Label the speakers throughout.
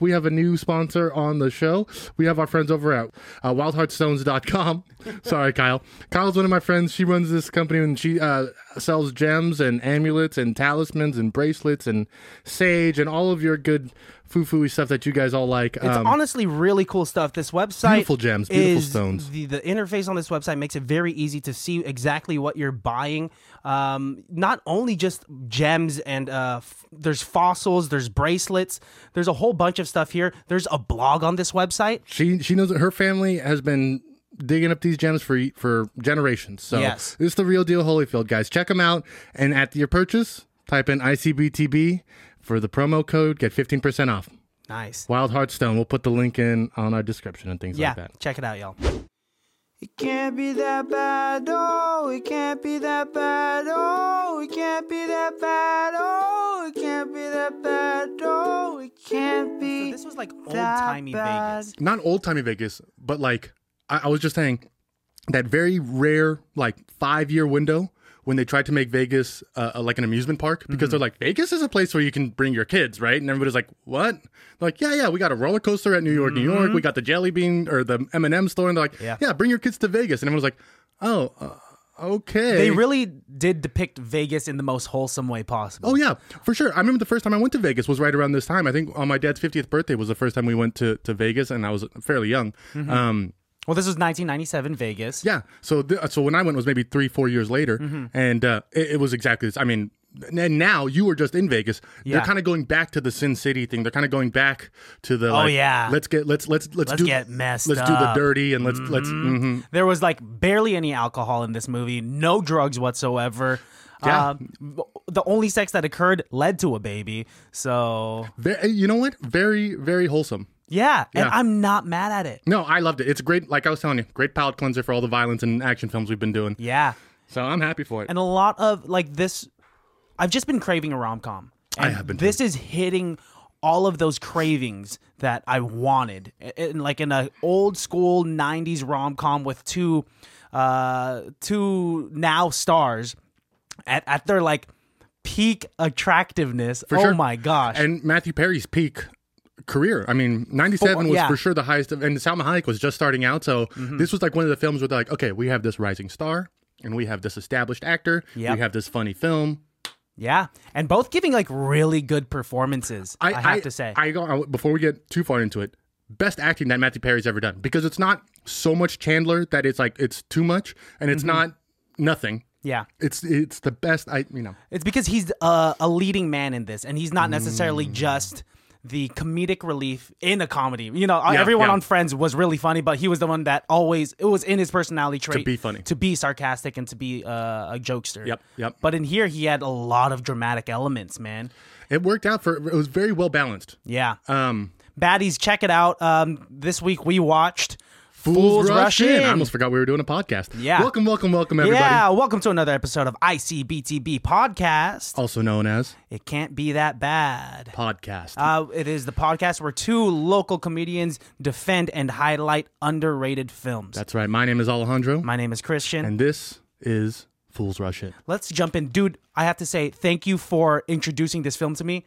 Speaker 1: We have a new sponsor on the show. We have our friends over at uh, wildheartstones.com. Sorry, Kyle. Kyle's one of my friends. She runs this company and she uh, sells gems and amulets and talismans and bracelets and sage and all of your good foo foo stuff that you guys all like.
Speaker 2: It's
Speaker 1: Um,
Speaker 2: honestly really cool stuff. This website,
Speaker 1: Beautiful gems, beautiful
Speaker 2: is-
Speaker 1: stones.
Speaker 2: The, the interface on this website makes it very easy to see exactly what you're buying. Um, not only just gems and uh, f- there's fossils, there's bracelets, there's a whole bunch of stuff here. There's a blog on this website.
Speaker 1: she she knows that her family has been digging up these gems for for generations. So
Speaker 2: Yes.
Speaker 1: this is the real deal, Holyfield guys. Check them out, and at your purchase, type in ICBTB for the promo code. Get fifteen percent off.
Speaker 2: Nice.
Speaker 1: Wild Heartstone. We'll put the link in on our description and things
Speaker 2: yeah,
Speaker 1: like that.
Speaker 2: check it out, y'all.
Speaker 3: It can't be that bad, oh, it can't be that bad, oh, it can't be that bad, oh, it can't be that bad, oh, it can't be.
Speaker 2: This was like old
Speaker 3: that
Speaker 2: timey
Speaker 3: bad.
Speaker 2: Vegas.
Speaker 1: Not old timey Vegas, but like I, I was just saying, that very rare like five year window when they tried to make Vegas uh, uh, like an amusement park
Speaker 2: Mm-hmm.
Speaker 1: because they're like Vegas is a place where you can bring your kids, right? And everybody's like, "What?" They're like, "Yeah, yeah, we got a roller coaster at New York, New York. We got the Jelly Bean or the M and M store." And they're like,
Speaker 2: Mm-hmm. Yeah.
Speaker 1: "Yeah, bring your kids to Vegas." And everyone's like, "Oh, uh, okay."
Speaker 2: They really did depict Vegas in the most wholesome way possible.
Speaker 1: Oh yeah, for sure. I remember the first time I went to Vegas was right around this time. I think on my dad's 50th birthday was the first time we went to, to Vegas, and I was fairly young.
Speaker 2: Mm-hmm.
Speaker 1: Um,
Speaker 2: Well, this was 1997 Vegas.
Speaker 1: yeah. So th- so when I went was maybe three four years later,
Speaker 2: Mm-hmm.
Speaker 1: and uh, it, it was exactly this. I mean, and now you were just in Vegas.
Speaker 2: Yeah.
Speaker 1: They're kind of going back to the Sin City thing. They're kind of going back to the oh
Speaker 2: yeah.
Speaker 1: Let's get let's let's let's,
Speaker 2: Let's
Speaker 1: do
Speaker 2: get messed
Speaker 1: Let's do the
Speaker 2: up. Mm-hmm.
Speaker 1: dirty and let's let's
Speaker 3: Mm-hmm.
Speaker 1: mhm.
Speaker 2: There was like barely any alcohol in this movie, no drugs whatsoever.
Speaker 1: Yeah.
Speaker 2: Um, b- the only sex that occurred led to a baby. So,
Speaker 1: Ve- you know what? Very very wholesome.
Speaker 2: yeah. And
Speaker 1: Yeah.
Speaker 2: I'm not mad at it.
Speaker 1: No, I loved it. It's great. Like I was telling you, great palate cleanser for all the violence and action films we've been doing.
Speaker 2: Yeah.
Speaker 1: So I'm happy for it.
Speaker 2: And a lot of like this, I've just been craving a rom com.
Speaker 1: I have been
Speaker 2: This is hitting all of those cravings that I wanted. In, like in a old school 90s rom com with two, uh, two now stars at, at their like, Peak attractiveness. oh
Speaker 1: sure.
Speaker 2: my gosh.
Speaker 1: and Matthew Perry's peak career. I mean, 97
Speaker 2: Oh,
Speaker 1: was
Speaker 2: yeah. Mm-hmm.
Speaker 1: for sure the highest of, and Salma Hayek was just starting out. So this was like one of the films where they're like, okay, we have this rising star and we have this established actor.
Speaker 2: Yep.
Speaker 1: We have this funny film.
Speaker 2: Yeah, and both giving like really good performances. I, have to say,
Speaker 1: I, go- I- before we get too far into it, best acting that Matthew Perry's ever done because it's not so much Chandler that it's like, it's too much and it's
Speaker 2: Mm-hmm.
Speaker 1: not nothing.
Speaker 2: yeah,
Speaker 1: It's, it's the best. I, you know,
Speaker 2: it's because he's uh, a leading man in this, and he's not
Speaker 1: Mm.
Speaker 2: necessarily just the comedic relief in a comedy. You know,
Speaker 1: Yeah,
Speaker 2: everyone
Speaker 1: yeah.
Speaker 2: on Friends was really funny, but he was the one that always it was in his personality trait
Speaker 1: be funny.
Speaker 2: to be sarcastic, and to be uh, a jokester.
Speaker 1: Yep, yep.
Speaker 2: But in here, he had a lot of dramatic elements, man.
Speaker 1: it worked out for, it was very well balanced.
Speaker 2: Yeah,
Speaker 1: Um,
Speaker 2: baddies, check it out. Um, this week we watched Fools, Rush, in.
Speaker 1: I almost forgot we were doing a podcast.
Speaker 2: Yeah.
Speaker 1: Welcome, welcome, welcome, everybody.
Speaker 2: Yeah, welcome to another episode of ICBTB podcast.
Speaker 1: also known as
Speaker 2: It can't be that bad.
Speaker 1: podcast.
Speaker 2: Uh, it is the podcast where two local comedians defend and highlight underrated films.
Speaker 1: That's right. My name is Alejandro,
Speaker 2: My name is Christian.
Speaker 1: and this is Fools Rush It.
Speaker 2: Let's jump in. Dude, I have to say thank you for introducing this film to me.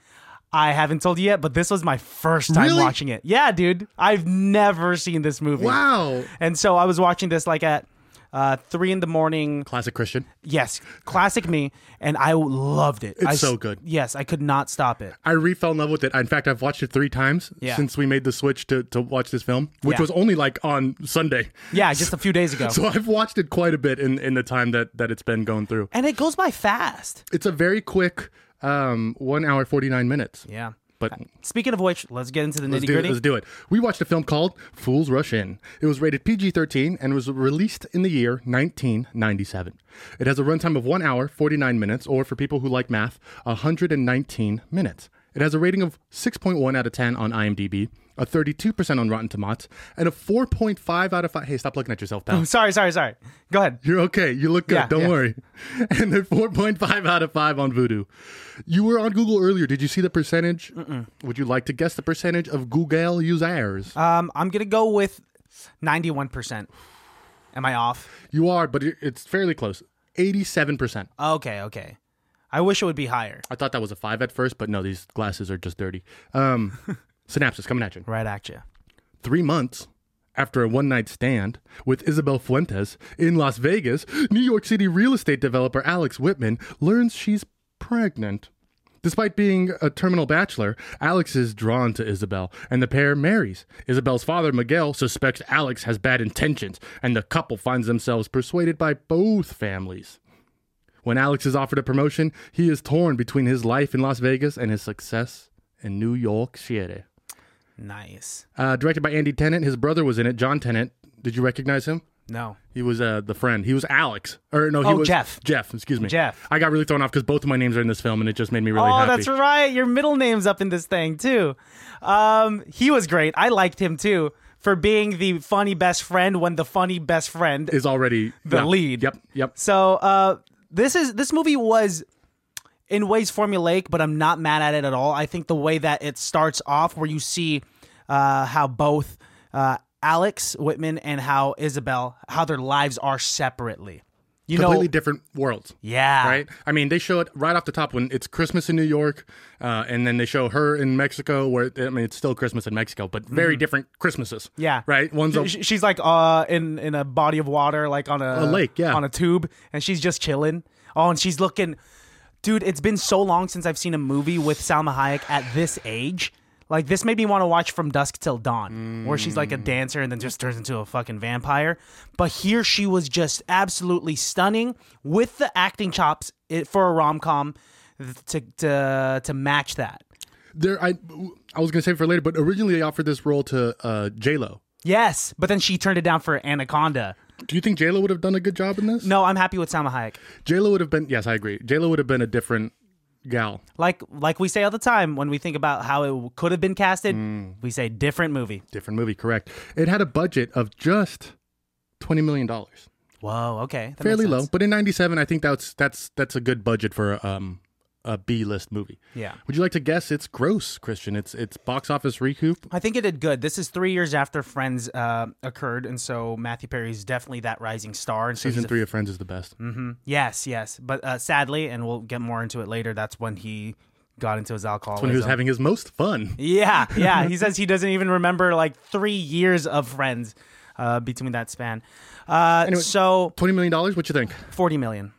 Speaker 2: I haven't told you yet, but this was my first time
Speaker 1: Really?
Speaker 2: watching it. Yeah, dude. I've never seen this movie.
Speaker 1: Wow.
Speaker 2: And so I was watching this like at uh, three in the morning.
Speaker 1: Classic Christian.
Speaker 2: Yes, classic me, and I loved it. It's
Speaker 1: so good.
Speaker 2: Yes, I could not stop it.
Speaker 1: I re-fell in love with it. In fact, I've watched it three times
Speaker 2: Yeah.
Speaker 1: since we made the switch to, to watch this film, which
Speaker 2: Yeah.
Speaker 1: was only like on Sunday.
Speaker 2: Yeah, just a few days ago.
Speaker 1: So I've watched it quite a bit in, in the time that, that it's been going through.
Speaker 2: and it goes by fast.
Speaker 1: It's a very quick um, one hour, 49 minutes.
Speaker 2: Yeah. Uh,
Speaker 1: But
Speaker 2: Speaking of which, let's get into the
Speaker 1: Let's
Speaker 2: nitty
Speaker 1: do, it, let's
Speaker 2: gritty.
Speaker 1: do it. We watched a film called Fools Rush In. It was rated PG 13 and was released in the year 1997. It has a runtime of 1 hour, 49 minutes, or for people who like math, 119 minutes. It has a rating of 6.1 out of 10 on IMDb, a 32% on Rotten Tomatoes, and a 4.5 out of 5. Hey, stop looking at yourself, pal.
Speaker 2: Sorry, sorry, sorry. Go ahead.
Speaker 1: You're okay. You look good.
Speaker 2: Yeah,
Speaker 1: Don't
Speaker 2: yeah.
Speaker 1: worry. And then 4.5 out of 5 on Voodoo. You were on Google earlier. Did you see the percentage? Would you like to guess the percentage of Google users?
Speaker 2: Um, I'm gonna go with ninety-one percent. Am I off?
Speaker 1: You are, but it- it's fairly close. 87%.
Speaker 2: Okay, okay. I wish it would be higher.
Speaker 1: I thought that was a 5 at first, but no, these glasses are just dirty. Um Synapses coming at you.
Speaker 2: Right at you.
Speaker 1: Three months after a one night stand with Isabel Fuentes in Las Vegas, New York City real estate developer Alex Whitman learns she's pregnant. Despite being a terminal bachelor, Alex is drawn to Isabel, and the pair marries. Isabel's father, Miguel, suspects Alex has bad intentions, and the couple finds themselves persuaded by both families. When Alex is offered a promotion, he is torn between his life in Las Vegas and his success in New York City.
Speaker 2: Nice.
Speaker 1: Uh, directed by Andy Tennant. His brother was in it, John Tennant. Did you recognize him?
Speaker 2: No.
Speaker 1: He was uh, the friend. He was Alex. Or no, he
Speaker 2: Oh,
Speaker 1: was
Speaker 2: Jeff.
Speaker 1: Jeff, excuse me.
Speaker 2: Jeff.
Speaker 1: I got really thrown off because both of my names are in this film, and it just made me really
Speaker 2: oh,
Speaker 1: happy.
Speaker 2: that's right. Your middle name's up in this thing too. Um, he was great. I liked him too for being the funny best friend when the funny best friend
Speaker 1: Is already
Speaker 2: the
Speaker 1: yeah.
Speaker 2: lead.
Speaker 1: Yep, yep.
Speaker 2: So uh, this is this movie was in ways formulaic, but I'm not mad at it at all. I think the way that it starts off, where you see uh, how both uh, Alex Whitman and how Isabel, how their lives are separately. You
Speaker 1: Completely
Speaker 2: know,
Speaker 1: different worlds.
Speaker 2: yeah,
Speaker 1: Right? I mean, they show it right off the top when it's Christmas in New York, uh, and then they show her in Mexico, where, I mean, it's still Christmas in Mexico, but very different Christmases.
Speaker 2: Mm-hmm. Yeah.
Speaker 1: Right? One's a,
Speaker 2: Sh- She's like uh in in a body of water, like on a,
Speaker 1: A lake, yeah.
Speaker 2: on a tube, and she's just chilling. Oh, and she's looking, dude. It's been so long since I've seen a movie with Salma Hayek at this age. Like this made me want to watch From Dusk Till Dawn, where she's
Speaker 1: Mm.
Speaker 2: like a dancer and then just turns into a fucking vampire. But here she was just absolutely stunning with the acting chops i- for a rom com to to to match that.
Speaker 1: there, I, I was going to say for later, but originally they offered this role to uh, J-Lo.
Speaker 2: Yes, but then she turned it down for Anaconda.
Speaker 1: Do you think J-Lo would have done a good job in this?
Speaker 2: No, I'm happy with Salma Hayek.
Speaker 1: J-Lo would have been, yes, I agree. J-Lo would have been a different gal.
Speaker 2: like like we say all the time when we think about how it could have been casted,
Speaker 1: Mm.
Speaker 2: we say different movie.
Speaker 1: Different movie, correct. It had a budget of just $20 million.
Speaker 2: Whoa, okay, that
Speaker 1: Fairly
Speaker 2: makes
Speaker 1: low,
Speaker 2: sense.
Speaker 1: but in 97, I think that's that's that's a good budget for um, a B-list movie.
Speaker 2: Yeah,
Speaker 1: Would you like to guess its gross, Christian? It's it's box office recoup.
Speaker 2: I think it did good. This is three years after Friends uh, occurred, and so Matthew Perry is definitely that rising star. And so
Speaker 1: Season
Speaker 2: he's a- Mm-hmm.
Speaker 1: three of Friends is the best.
Speaker 2: yes, yes, but uh, sadly, and we'll get more into it later. That's when he got into his alcoholism.
Speaker 1: When he was having his most fun.
Speaker 2: yeah, yeah. He says he doesn't even remember like three years of Friends uh, between that span. Uh, so
Speaker 1: Twenty million dollars. What you think?
Speaker 2: forty million.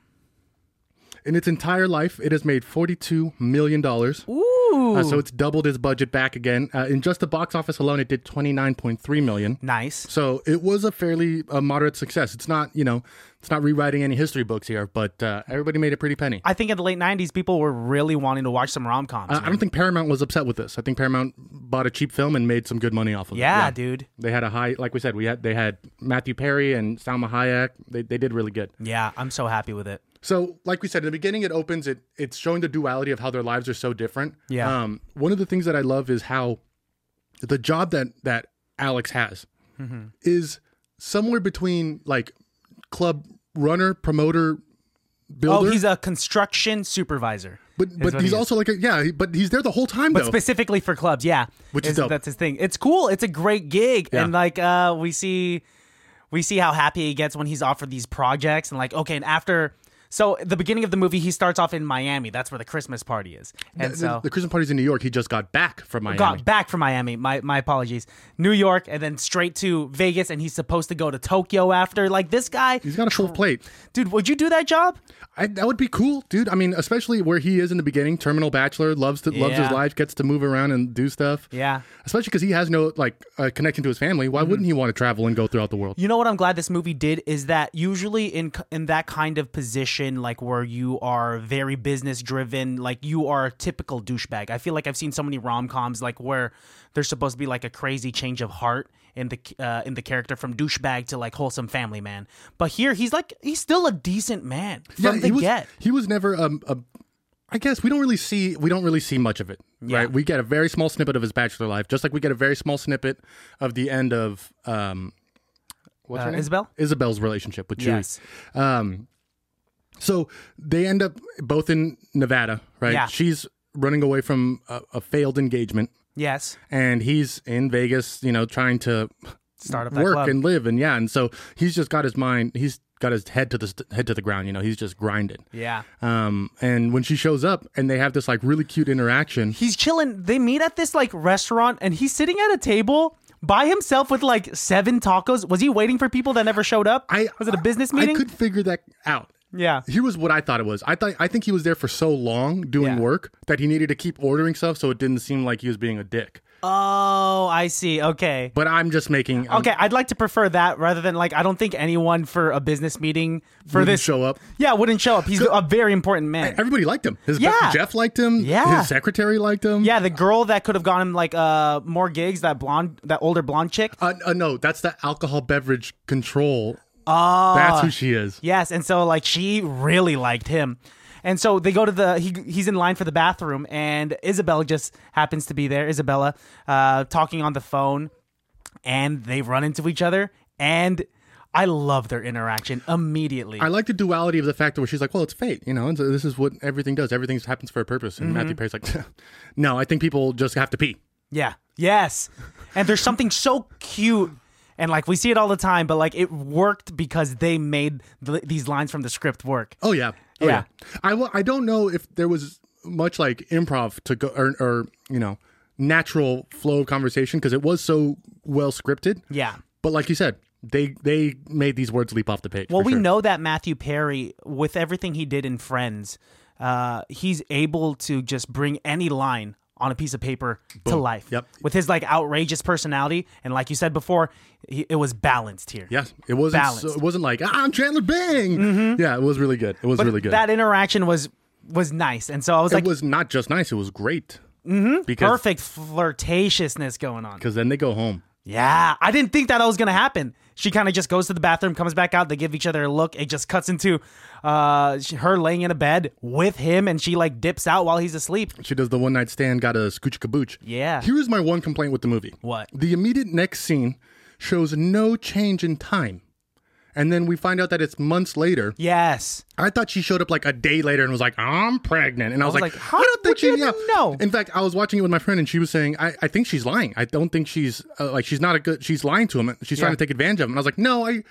Speaker 1: In its entire life, it has made forty-two million dollars. Ooh! so it's doubled its budget back again. Uh, in just the box office alone, it did twenty-nine point three million.
Speaker 2: Nice.
Speaker 1: So it was a fairly uh, moderate success. It's not, you know, it's not rewriting any history books here, but uh, everybody made a pretty penny.
Speaker 2: I think in the late '90s, people were really wanting to watch some rom coms.
Speaker 1: I, I don't think Paramount was upset with this. I think Paramount bought a cheap film and made some good money off of it.
Speaker 2: Yeah, dude.
Speaker 1: They had a high, like we said, we had they had Matthew Perry and Salma Hayek. They, they did really good.
Speaker 2: Yeah, I'm so happy with it.
Speaker 1: So, like we said in the beginning, it opens. It it's showing the duality of how their lives are so different.
Speaker 2: Yeah.
Speaker 1: Um, one of the things that I love is how the job that that Alex has
Speaker 2: Mm-hmm.
Speaker 1: is somewhere between like club runner, promoter,
Speaker 2: Oh,
Speaker 1: builder.
Speaker 2: he's a construction supervisor.
Speaker 1: but but he's
Speaker 2: what he is.
Speaker 1: also like a, yeah, he- but he's there the whole time though.
Speaker 2: Specifically for clubs, yeah.
Speaker 1: Which is
Speaker 2: It's-
Speaker 1: dope.
Speaker 2: That's his thing. It's cool. It's a great gig.
Speaker 1: Yeah.
Speaker 2: And like uh we see we see how happy he gets when he's offered these projects and like okay, and after so at the beginning of the movie he starts off in Miami. That's where the Christmas party is. And
Speaker 1: The-
Speaker 2: so
Speaker 1: the Christmas party's in New York. He just got back from Miami.
Speaker 2: got back from Miami. My my apologies. New York and then straight to Vegas and he's supposed to go to Tokyo after. Like this guy,
Speaker 1: He's got a full plate.
Speaker 2: dude, would you do that job?
Speaker 1: I, that would be cool, dude. I mean, especially where he is in the beginning, terminal bachelor, loves to, loves his
Speaker 2: Yeah.
Speaker 1: life, gets to move around and do stuff.
Speaker 2: Yeah.
Speaker 1: especially because he has no like uh, connection to his family.
Speaker 2: Mm-hmm.
Speaker 1: Why wouldn't he want to travel and go throughout the world?
Speaker 2: You know what I'm glad this movie did is that usually in in that kind of position, like where you are very business driven, like you are a typical douchebag. I feel like I've seen so many rom coms like where there's supposed to be like a crazy change of heart in the uh, in the character from douchebag to like wholesome family man. But here he's like he's still a decent man from the
Speaker 1: he was.
Speaker 2: get.
Speaker 1: He was never um a. I guess we don't really see we don't really see much of it, right? We get a very small snippet of his bachelor life, just like we get a very small snippet of the end of um, what's her
Speaker 2: Uh,
Speaker 1: name?
Speaker 2: Isabel?
Speaker 1: Isabel's relationship with Chewie.
Speaker 2: Yes.
Speaker 1: Um, so they end up both in Nevada, right?
Speaker 2: Yeah.
Speaker 1: She's running away from a, a failed engagement,
Speaker 2: Yes.
Speaker 1: and he's in Vegas, you know, trying to
Speaker 2: Start up that
Speaker 1: work
Speaker 2: club.
Speaker 1: and live, and yeah, and so he's just got his mind. He's got his head to the st- head to the ground. You know, he's just grinding.
Speaker 2: Yeah.
Speaker 1: Um, and when she shows up and they have this like really cute interaction,
Speaker 2: He's chilling. They meet at this like restaurant and he's sitting at a table by himself with like seven tacos. Was he waiting for people that never showed up?
Speaker 1: I
Speaker 2: was it a business
Speaker 1: I-
Speaker 2: meeting?
Speaker 1: I could figure that out.
Speaker 2: yeah.
Speaker 1: Here was what I thought it was. I thought I think he was there for so long doing
Speaker 2: Yeah.
Speaker 1: work that he needed to keep ordering stuff, so it didn't seem like he was being a dick.
Speaker 2: Oh, I see. Okay.
Speaker 1: But I'm just making um, I'm-
Speaker 2: Okay, I'd like to prefer that rather than like I don't think anyone for a business meeting for
Speaker 1: wouldn't
Speaker 2: this
Speaker 1: show up.
Speaker 2: Yeah, wouldn't show up. He's a very important man.
Speaker 1: Everybody liked him. His
Speaker 2: Yeah.
Speaker 1: Jeff liked him.
Speaker 2: Yeah.
Speaker 1: His secretary liked him.
Speaker 2: yeah, the girl that could have gotten him like uh more gigs, that blonde, that older blonde chick.
Speaker 1: Uh, uh, no, that's the alcohol beverage control.
Speaker 2: Ah.
Speaker 1: Oh, that's who she is.
Speaker 2: Yes, and so like she really liked him. And so they go to the he, he's in line for the bathroom and Isabella just happens to be there, Isabella, uh talking on the phone and they run into each other and I love their interaction immediately.
Speaker 1: I like the duality of the fact where she's like, "Well, it's fate, you know. And so this is what everything does. Everything happens for a purpose." And
Speaker 2: Mm-hmm.
Speaker 1: Matthew Perry's like, "No, I think people just have to pee."
Speaker 2: Yeah. Yes. And there's something so cute. And like we see it all the time, but like it worked because they made th- these lines from the script work.
Speaker 1: Oh yeah, oh,
Speaker 2: Yeah.
Speaker 1: I w- I don't know if there was much like improv to go or, or you know natural flow of conversation because it was so well scripted.
Speaker 2: Yeah.
Speaker 1: But like you said, they they made these words leap off the page.
Speaker 2: Well,
Speaker 1: for
Speaker 2: we
Speaker 1: sure.
Speaker 2: know that Matthew Perry, with everything he did in Friends, uh, he's able to just bring any line on a piece of paper to life.
Speaker 1: Yep.
Speaker 2: With his like outrageous personality, and like you said before, he, it was balanced here.
Speaker 1: Yes, it wasn't.
Speaker 2: Balanced. Mm-hmm.
Speaker 1: So, it wasn't like "Ah, I'm Chandler Bing. Yeah, it was really good. It was really good.
Speaker 2: That interaction was was nice, and so I was like,
Speaker 1: it was not just nice; it was great. Mm-hmm. Because
Speaker 2: perfect flirtatiousness going on.
Speaker 1: Because then they go home.
Speaker 2: Yeah, I didn't think that was gonna happen. She kind of just goes to the bathroom, comes back out. They give each other a look. It just cuts into uh, sh- her laying in a bed with him, and she like dips out while he's asleep.
Speaker 1: She does the one night stand, got a scooch kabooch.
Speaker 2: Yeah.
Speaker 1: Here is my one complaint with the movie.
Speaker 2: What?
Speaker 1: The immediate next scene shows no change in time. And then we find out that it's months later.
Speaker 2: Yes,
Speaker 1: I thought she showed up like a day later and was like, I'm pregnant. And I was,
Speaker 2: was
Speaker 1: like,
Speaker 2: like, how
Speaker 1: I don't think
Speaker 2: would you
Speaker 1: she, yeah.
Speaker 2: even know?
Speaker 1: In fact, I was watching it with my friend and she was saying, I, I think she's lying. I don't think she's, uh, like, she's not a good, she's lying to him. She's trying to take advantage of him. And I was like, no, I,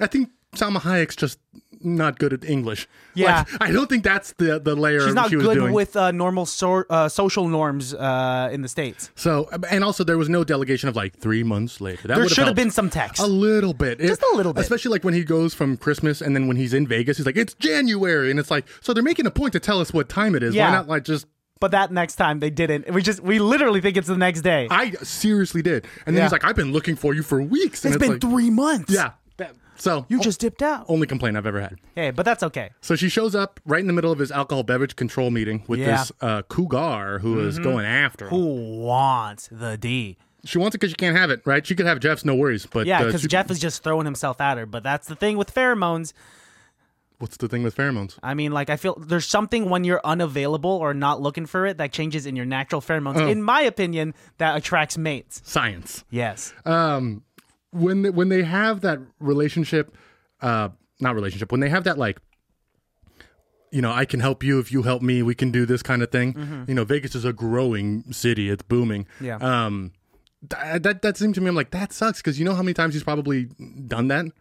Speaker 1: I think Salma Hayek's just not good at English.
Speaker 2: Yeah.
Speaker 1: Like, I don't think that's the, the layer
Speaker 2: she's not
Speaker 1: she was
Speaker 2: good
Speaker 1: doing.
Speaker 2: with uh, normal so- uh, social norms uh, in the states.
Speaker 1: So, and also there was no delegation of like three months later. That
Speaker 2: There
Speaker 1: would
Speaker 2: should have
Speaker 1: helped
Speaker 2: been some text.
Speaker 1: a little bit, It-
Speaker 2: Just a little bit.
Speaker 1: especially like when he goes from Christmas and then when he's in Vegas, he's like, "It's January," and it's like, so they're making a point to tell us what time it is.
Speaker 2: Yeah.
Speaker 1: Why not like just?
Speaker 2: but that next time they didn't. We just we literally think it's the next day.
Speaker 1: I seriously did, and then
Speaker 2: Yeah.
Speaker 1: he's like, "I've been looking for you for weeks." And
Speaker 2: it's been
Speaker 1: like,
Speaker 2: three months.
Speaker 1: yeah. That, so
Speaker 2: you just dipped out.
Speaker 1: only complaint I've ever had.
Speaker 2: Hey, but that's okay.
Speaker 1: So she shows up right in the middle of his alcohol beverage control meeting with
Speaker 2: Yeah. Mm-hmm.
Speaker 1: this uh, cougar who is going after. Him.
Speaker 2: Who wants the D?
Speaker 1: She wants it because she can't have it, right? She could have Jeff's, no worries. But
Speaker 2: Yeah,
Speaker 1: uh,
Speaker 2: because
Speaker 1: she-
Speaker 2: Jeff is just throwing himself at her. But that's the thing with pheromones.
Speaker 1: what's the thing with pheromones?
Speaker 2: I mean, like I feel there's something when you're unavailable or not looking for it that changes in your natural pheromones.
Speaker 1: Oh.
Speaker 2: In my opinion, that attracts mates.
Speaker 1: Science.
Speaker 2: Yes.
Speaker 1: um when they, when they have that relationship uh not relationship when they have that like you know i can help you if you help me we can do this kind of thing you know vegas is a growing city it's booming
Speaker 2: Mm-hmm. Yeah.
Speaker 1: um th- that that seemed to me i'm like that sucks because you know how many times he's probably done that
Speaker 2: a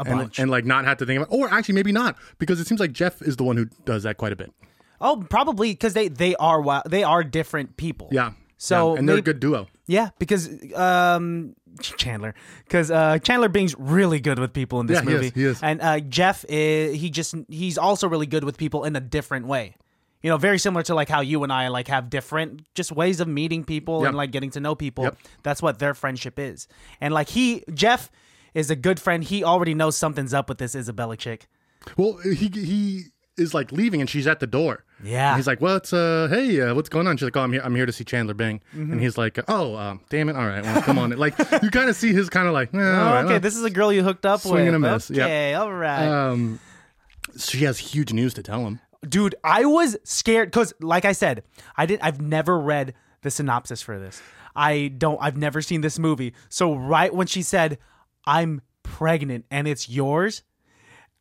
Speaker 1: and,
Speaker 2: bunch.
Speaker 1: and like not had to think about or actually maybe not because it seems like jeff is the one who does that quite a bit
Speaker 2: oh, probably because they they are wi- they are different people.
Speaker 1: yeah
Speaker 2: So
Speaker 1: yeah. and they're
Speaker 2: maybe-
Speaker 1: a good duo
Speaker 2: Yeah, because um, Chandler, because uh, Chandler Bing's really good with people in this
Speaker 1: Yeah, he is,
Speaker 2: movie.
Speaker 1: he is.
Speaker 2: And uh, Jeff, is, he just he's also really good with people in a different way. You know, very similar to like how you and I like have different just ways of meeting people
Speaker 1: Yep.
Speaker 2: and like getting to know people.
Speaker 1: Yep.
Speaker 2: That's what their friendship is. And like he, Jeff, is a good friend. He already knows something's up with this Isabella chick.
Speaker 1: Well, he he is like leaving, and she's at the door.
Speaker 2: Yeah.
Speaker 1: And he's like, "What's uh, hey, uh, what's going on?" She's like, "Oh, I'm here. I'm here to see Chandler Bing."
Speaker 2: Mm-hmm.
Speaker 1: And he's like, "Oh, um, damn it! All right, well, come on." Like you kind of see his kind of like, eh, all
Speaker 2: Oh,
Speaker 1: right,
Speaker 2: okay,
Speaker 1: well.
Speaker 2: this is a girl you hooked up
Speaker 1: Swing and
Speaker 2: with.
Speaker 1: a miss, yep.
Speaker 2: Okay, all right.
Speaker 1: Um, she has huge news to tell him.
Speaker 2: dude i was scared because like i said i didn't i've never read the synopsis for this i don't i've never seen this movie so right when she said i'm pregnant and it's yours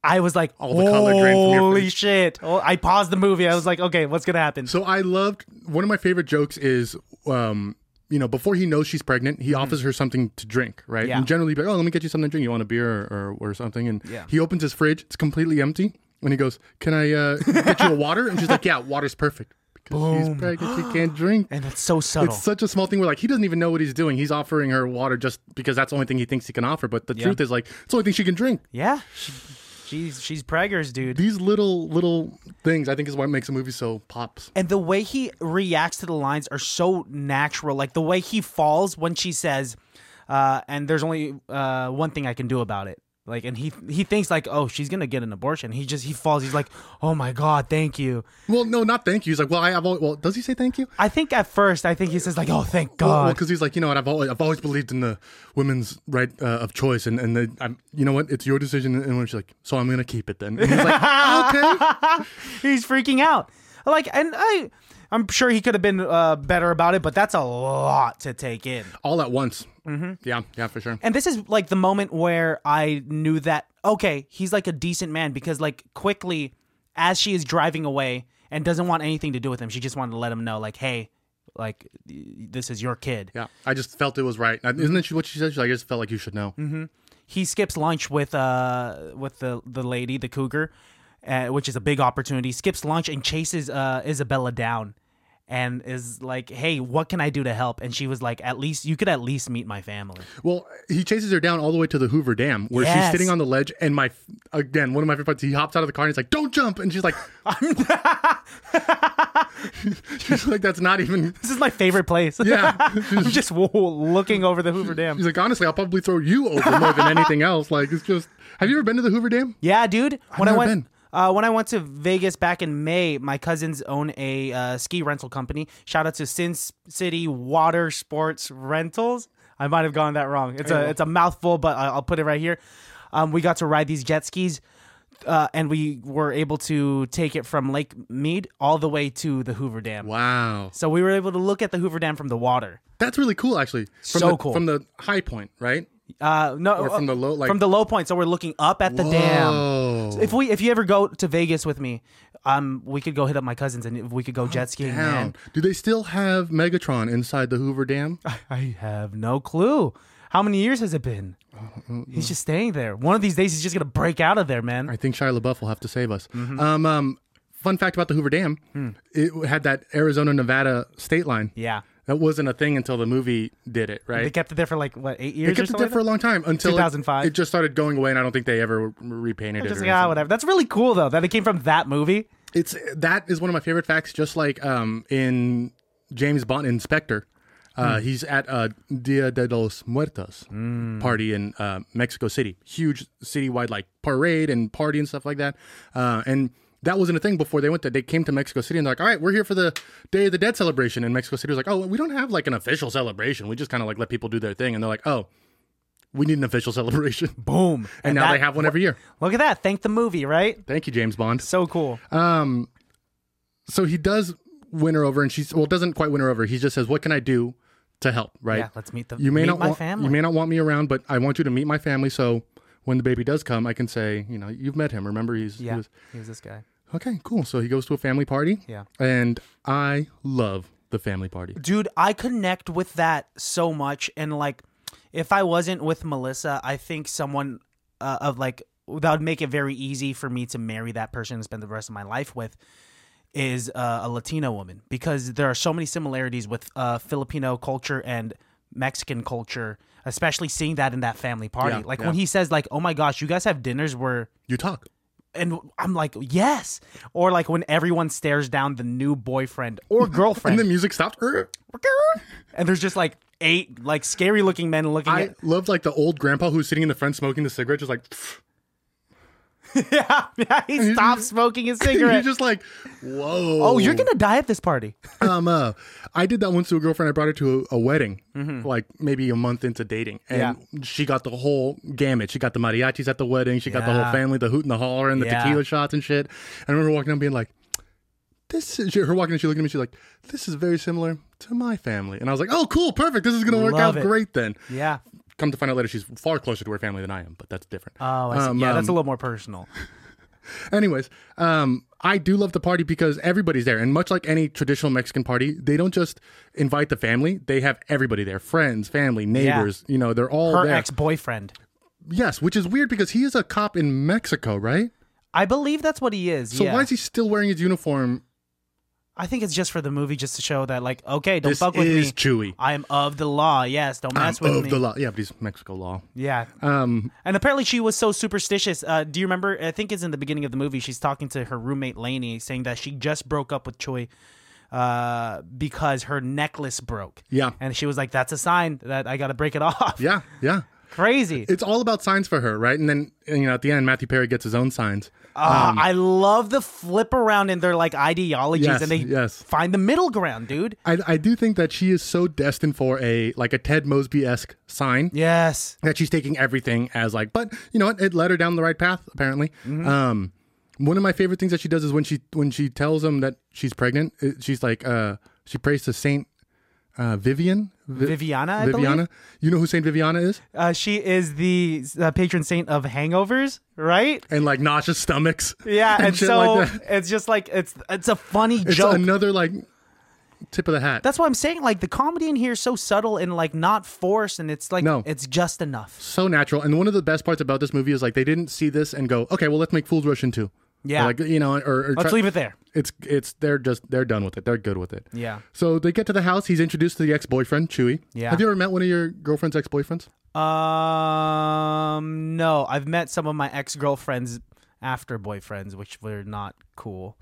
Speaker 2: i was like
Speaker 1: the color drained from your
Speaker 2: holy
Speaker 1: face."
Speaker 2: shit oh, i paused the movie i was like okay what's gonna happen
Speaker 1: So I loved one of my favorite jokes is um you know, before he knows she's pregnant, he offers her something to drink, right?
Speaker 2: Mm-hmm. Yeah.
Speaker 1: And generally, be like, oh, let me get you something to drink. You want a beer or, or, or something? And
Speaker 2: Yeah.
Speaker 1: he opens his fridge; it's completely empty. And he goes, "Can I uh, get you a water?" And she's like, "Yeah, water's perfect because she's pregnant; she can't drink."
Speaker 2: and it's so subtle.
Speaker 1: It's such a small thing where like he doesn't even know what he's doing. He's offering her water just because that's the only thing he thinks he can offer. But the truth is like it's the only thing she can drink.
Speaker 2: yeah, she, she's she's preggers, dude.
Speaker 1: These little little things I think is what makes a movie so pops.
Speaker 2: and the way he reacts to the lines are so natural. Like the way he falls when she says, uh, "And there's only uh, one thing I can do about it." Like, and he he thinks like, "Oh, she's gonna get an abortion." He just he falls. He's like, "Oh my god, thank you."
Speaker 1: Well, no, not thank you. He's like, well, I have. Al- well, does he say thank you?
Speaker 2: I think at first I think he says like, "Oh, thank
Speaker 1: Well,
Speaker 2: god."
Speaker 1: because he's like, you know what? I've always, I've always believed in the women's right uh, of choice, and and the, I'm, you know what? It's your decision. And when she's like, so I'm gonna keep it then. And he's like, "Oh, okay.
Speaker 2: he's freaking out. Like, and I I'm sure he could have been uh, better about it, but that's a lot to take in.
Speaker 1: All at once. Mm-hmm. Yeah, yeah, for sure.
Speaker 2: And this is like the moment where I knew that okay, he's like a decent man because like quickly as she is driving away and doesn't want anything to do with him, she just wanted to let him know like, hey, like y- this is your kid.
Speaker 1: Yeah, I just felt it was right. Uh, Isn't that she- what she said? She's like, I just felt like you should know.
Speaker 2: Mm-hmm. He skips lunch with uh with the the lady, the cougar, uh, which is a big opportunity. Skips lunch and chases uh Isabella down. And is like, hey, what can I do to help? And she was like, at least you could at least meet my family.
Speaker 1: Well, he chases her down all the way to the Hoover Dam, where she's
Speaker 2: Yes.
Speaker 1: sitting on the ledge. And my again, one of my favorite parts. He hops out of the car and he's like, "Don't jump!" And she's like, "She's like, that's not even."
Speaker 2: This is my favorite place.
Speaker 1: Yeah,
Speaker 2: I'm just wo- looking over the Hoover Dam.
Speaker 1: she's like, honestly, I'll probably throw you over more than anything else. Like, it's just. Have you ever been to the Hoover Dam?
Speaker 2: Yeah, dude. When
Speaker 1: never
Speaker 2: I went
Speaker 1: been.
Speaker 2: uh, when I went to Vegas back in May, my cousins own a uh, ski rental company. Shout out to Sin City Water Sports Rentals. I might have gone that wrong. It's a it's a mouthful, but I- I'll put it right here. Um, we got to ride these jet skis. Uh, and we were able to take it from Lake Mead all the way to the Hoover Dam.
Speaker 1: Wow,
Speaker 2: So we were able to look at the Hoover Dam from the water.
Speaker 1: that's really cool, actually. From
Speaker 2: So
Speaker 1: the,
Speaker 2: cool.
Speaker 1: from the high point, right?
Speaker 2: Uh, no,
Speaker 1: Or from the low, like-
Speaker 2: from the low point. So we're looking up at the dam.
Speaker 1: Whoa.
Speaker 2: So if we, if you ever go to Vegas with me, um, we could go hit up my cousins and if we could
Speaker 1: Oh,
Speaker 2: go jet skiing. Man,
Speaker 1: Down. Do they still have Megatron inside the Hoover Dam?
Speaker 2: I have no clue. How many years has it been? He's just staying there. One of these days, he's just gonna break out of there, man.
Speaker 1: I think Shia LaBeouf will have to save us. Um, um, fun fact about the Hoover Dam: it had that Arizona Nevada state line.
Speaker 2: Yeah,
Speaker 1: That wasn't a thing until the movie did it, right?
Speaker 2: they kept it there for like what eight
Speaker 1: They
Speaker 2: years or
Speaker 1: kept it
Speaker 2: something.
Speaker 1: there for a long time until it-
Speaker 2: 2005.
Speaker 1: It, just started going away, and I don't think they ever repainted it.
Speaker 2: just
Speaker 1: or
Speaker 2: like, ah,
Speaker 1: anything.
Speaker 2: whatever. That's really cool though that it came from that movie.
Speaker 1: It's that is one of my favorite facts. Just like um, in James Bond Inspector, uh, he's at a Dia de los Muertos party in uh, Mexico City, huge citywide like parade and party and stuff like that, uh, and. That wasn't a thing before they went there. They came to Mexico City and they're like, all right, we're here for the Day of the Dead celebration. And Mexico City was like, oh, we don't have like an official celebration. We just kind of like let people do their thing. And they're like, oh, we need an official celebration.
Speaker 2: Boom.
Speaker 1: And, now
Speaker 2: that-
Speaker 1: they have one every year.
Speaker 2: Look at that. Thank the movie, right?
Speaker 1: Thank you, James Bond.
Speaker 2: So cool.
Speaker 1: Um, so he does win her over, and she's well, doesn't quite win her over. He just says, "What can I do to help?" Right?
Speaker 2: Yeah, let's meet the
Speaker 1: you may
Speaker 2: meet
Speaker 1: not
Speaker 2: my
Speaker 1: want,
Speaker 2: family.
Speaker 1: You may not want me around, but I want you to meet my family. So when the baby does come, I can say, you know, you've met him. Remember, he's
Speaker 2: yeah,
Speaker 1: he was,
Speaker 2: he was this guy.
Speaker 1: okay, cool. So he goes to a family party.
Speaker 2: Yeah.
Speaker 1: and I love the family party.
Speaker 2: dude i connect with that so much and like if i wasn't with melissa i think someone uh, of like that would make it very easy for me to marry that person and spend the rest of my life with is uh, a latina woman because there are so many similarities with uh, filipino culture and mexican culture especially seeing that in that family party
Speaker 1: Yeah,
Speaker 2: like
Speaker 1: yeah.
Speaker 2: when he says like oh my gosh you guys have dinners where
Speaker 1: You talk.
Speaker 2: and i'm like yes or like when everyone stares down the new boyfriend or girlfriend
Speaker 1: And the music stopped. Er.
Speaker 2: and there's just like eight like scary looking men looking
Speaker 1: I
Speaker 2: at
Speaker 1: loved like the old grandpa who's sitting in the front smoking the cigarette, just like pfft.
Speaker 2: yeah, yeah he stops smoking his
Speaker 1: you're
Speaker 2: cigarette
Speaker 1: just like, whoa.
Speaker 2: oh you're gonna die at this party
Speaker 1: um, uh, I did that once to a girlfriend. I brought her to a, a wedding,
Speaker 2: Mm-hmm.
Speaker 1: like maybe a month into dating, and she got the whole gamut. She got the mariachis at the wedding. She got the whole
Speaker 2: Yeah.
Speaker 1: family, the hoot and the holler, and the
Speaker 2: Yeah.
Speaker 1: tequila shots and shit. I remember walking up, being like, "This is." She, her walking, in, she looked at me. She's like, "This is very similar to my family," and I was like, "Oh, cool, perfect. This is gonna work
Speaker 2: Love
Speaker 1: out
Speaker 2: it.
Speaker 1: great." Then
Speaker 2: yeah
Speaker 1: come to find out later, she's far closer to her family than I am, but that's different.
Speaker 2: oh I see.
Speaker 1: Um,
Speaker 2: yeah
Speaker 1: um,
Speaker 2: that's a little more personal
Speaker 1: Anyways, um, I do love the party because everybody's there. And much like any traditional Mexican party, they don't just invite the family, they have everybody there friends, family, neighbors. You know, they're all
Speaker 2: Her
Speaker 1: there.
Speaker 2: ex boyfriend.
Speaker 1: yes, which is weird because he is a cop in Mexico, right?
Speaker 2: I believe that's what he is.
Speaker 1: So
Speaker 2: yeah.
Speaker 1: why is he still wearing his uniform?
Speaker 2: I think it's just for the movie, just to show that, like, okay, don't
Speaker 1: this
Speaker 2: fuck with
Speaker 1: is
Speaker 2: me.
Speaker 1: Chewy.
Speaker 2: I am of the law. Yes, don't mess with
Speaker 1: of
Speaker 2: me.
Speaker 1: the law. Yeah, but he's Mexico law.
Speaker 2: Yeah.
Speaker 1: Um,
Speaker 2: And apparently she was so superstitious. Uh, do you remember? I think it's in the beginning of the movie. She's talking to her roommate Lainey, saying that she just broke up with Choi uh, because her necklace broke.
Speaker 1: Yeah.
Speaker 2: And she was like, "That's a sign that I got to break it off."
Speaker 1: yeah, yeah.
Speaker 2: Crazy.
Speaker 1: It's all about signs for her, right? And then you know, at the end, Matthew Perry gets his own signs.
Speaker 2: Ah,
Speaker 1: um,
Speaker 2: I love the flip around in their like ideologies,
Speaker 1: Yes,
Speaker 2: and they
Speaker 1: yes.
Speaker 2: find the middle ground, dude.
Speaker 1: I, I do think that she is so destined for a like a Ted Mosby esque sign
Speaker 2: Yes.
Speaker 1: that she's taking everything as like, but you know what? It led her down the right path apparently.
Speaker 2: Mm-hmm.
Speaker 1: Um, one of my favorite things that she does is when she when she tells him that she's pregnant, it- she's like, uh, she prays to Saint uh, Vivian. Vi-
Speaker 2: Viviana, I believe.
Speaker 1: Viviana. You know who Saint Viviana is?
Speaker 2: Uh, she is the uh, patron saint of hangovers, right?
Speaker 1: And like nauseous stomachs.
Speaker 2: Yeah, and,
Speaker 1: shit
Speaker 2: so
Speaker 1: like that.
Speaker 2: it's just like it's it's a funny
Speaker 1: it's
Speaker 2: joke.
Speaker 1: another like tip of the hat.
Speaker 2: That's what I'm saying. Like the comedy in here is so subtle and like not forced, and it's like
Speaker 1: No.
Speaker 2: it's just enough.
Speaker 1: so natural. And one of the best parts about this movie is like they didn't see this and go, okay, well let's make Fools Rush in two.
Speaker 2: Yeah.
Speaker 1: Or, like you know, or, or
Speaker 2: Let's
Speaker 1: try-
Speaker 2: leave it there.
Speaker 1: It's it's they're just they're done with it. They're good with it.
Speaker 2: Yeah.
Speaker 1: So they get to the house. He's introduced to the ex boyfriend Chewy.
Speaker 2: Yeah.
Speaker 1: Have you ever met one of your girlfriend's ex boyfriends?
Speaker 2: Um, no, I've met some of my ex girlfriends after boyfriends, which were not cool.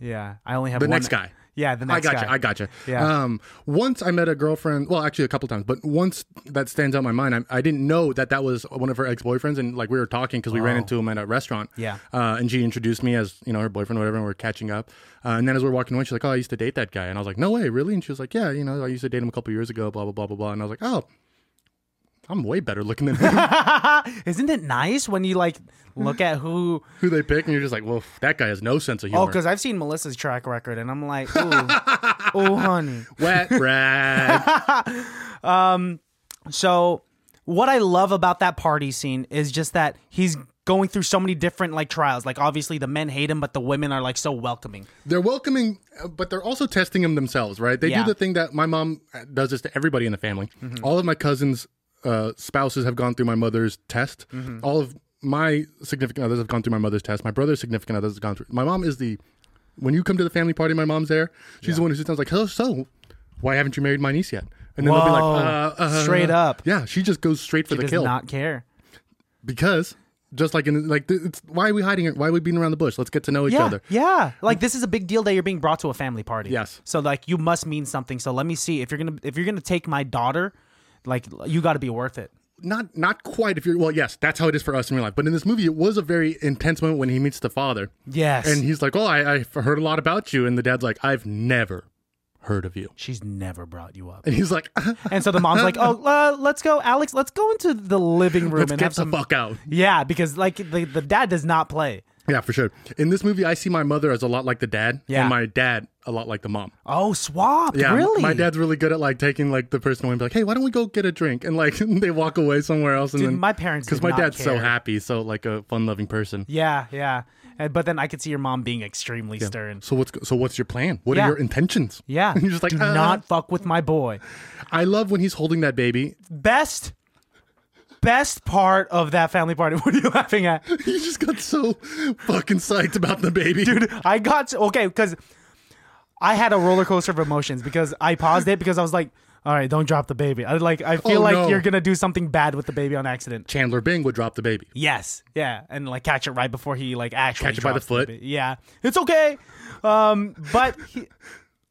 Speaker 2: Yeah, I only have
Speaker 1: The
Speaker 2: one-
Speaker 1: next guy.
Speaker 2: Yeah, the
Speaker 1: I
Speaker 2: next
Speaker 1: gotcha.
Speaker 2: guy.
Speaker 1: I gotcha.
Speaker 2: Yeah.
Speaker 1: Um, once I met a girlfriend. Well, actually, a couple times, but once that stands out in my mind. I, I didn't know that that was one of her ex boyfriends, and like we were talking because we ran into him at a restaurant.
Speaker 2: Oh. Yeah.
Speaker 1: Uh, and she introduced me as you know her boyfriend, or whatever. And we are catching up, uh, and then as we are walking away, she's like, "Oh, I used to date that guy," and I was like, "No way, really?" And she was like, "Yeah, you know, I used to date him a couple years ago." Blah blah blah blah blah. And I was like, "Oh, I'm way better looking than him."
Speaker 2: Isn't it nice when you like look at who?
Speaker 1: who they pick, and you're just like, "Well, that guy has no sense of humor."
Speaker 2: Oh, because I've seen Melissa's track record, and I'm like, ooh, oh, honey.
Speaker 1: wet rag.
Speaker 2: So what I love about that party scene is just that he's going through so many different like trials. Like obviously the men hate him, but the women are like so welcoming.
Speaker 1: they're welcoming, uh, but they're also testing him themselves, right? They
Speaker 2: Yeah. Mm-hmm.
Speaker 1: do the thing that my mom uh, does this to everybody in the family. All of my cousins' uh, spouses have gone through my mother's test.
Speaker 2: Mm-hmm.
Speaker 1: All of my significant others have gone through my mother's test. My brother's significant others have gone through. My mom is the. When you come to the family party, my mom's there. She's the one who sits down and is like, "Hello, so why haven't you married my niece yet?" And then they'll be
Speaker 2: Whoa.
Speaker 1: like, uh, uh,
Speaker 2: Straight up.
Speaker 1: Yeah, she just goes straight for the
Speaker 2: Does
Speaker 1: kill
Speaker 2: not care.
Speaker 1: because just like in like th- it's, why are we hiding it? Why are we beating around the bush? Let's get to know each
Speaker 2: Yeah,
Speaker 1: other.
Speaker 2: yeah. Like this is a big deal that you're being brought to a family party.
Speaker 1: Yes.
Speaker 2: So like you must mean something. So let me see if you're gonna if you're gonna take my daughter, like you got to be worth it.
Speaker 1: not not quite if you're well yes that's how it is for us in real life but in this movie it was a very intense moment when he meets the father
Speaker 2: Yes.
Speaker 1: and he's like oh I, i've heard a lot about you and the dad's like i've never heard of you
Speaker 2: She's never brought you up.
Speaker 1: and he's like
Speaker 2: And so the mom's like, "Oh, uh, let's go, Alex. Let's go into the living room
Speaker 1: let's
Speaker 2: and
Speaker 1: get
Speaker 2: have
Speaker 1: the
Speaker 2: some."
Speaker 1: fuck out
Speaker 2: Yeah, because like the, the dad does not play.
Speaker 1: yeah for sure in this movie i see my mother as a lot like the dad
Speaker 2: Yeah.
Speaker 1: and my dad a lot like the mom
Speaker 2: Oh, swap.
Speaker 1: yeah m-
Speaker 2: really?
Speaker 1: my dad's really good at like taking like the person away and be like hey why don't we go get a drink and like they walk away somewhere else and
Speaker 2: Dude,
Speaker 1: then
Speaker 2: my parents
Speaker 1: because
Speaker 2: did
Speaker 1: my
Speaker 2: not
Speaker 1: dad's so
Speaker 2: care.
Speaker 1: happy so like a fun-loving person
Speaker 2: Yeah, yeah. And- But then I could see your mom being extremely stern.
Speaker 1: so what's so what's your plan what
Speaker 2: Yeah.
Speaker 1: are your intentions
Speaker 2: Yeah.
Speaker 1: and you're just like
Speaker 2: do
Speaker 1: "Uh,
Speaker 2: not fuck with my boy.
Speaker 1: I love when he's holding that baby.
Speaker 2: Best, best part of that family party. What are you laughing at,
Speaker 1: He just got so fucking psyched about the baby.
Speaker 2: dude? I got to, okay because I had a roller coaster of emotions because I paused it because I was like, all right, don't drop the baby. I like I feel
Speaker 1: Oh,
Speaker 2: like
Speaker 1: no.
Speaker 2: you're gonna do something bad with the baby on accident.
Speaker 1: Chandler Bing would drop the baby.
Speaker 2: Yes, yeah, and like catch it right before he like actually
Speaker 1: Catch it by the
Speaker 2: drops
Speaker 1: foot.
Speaker 2: ba- yeah, it's okay. Um, but he,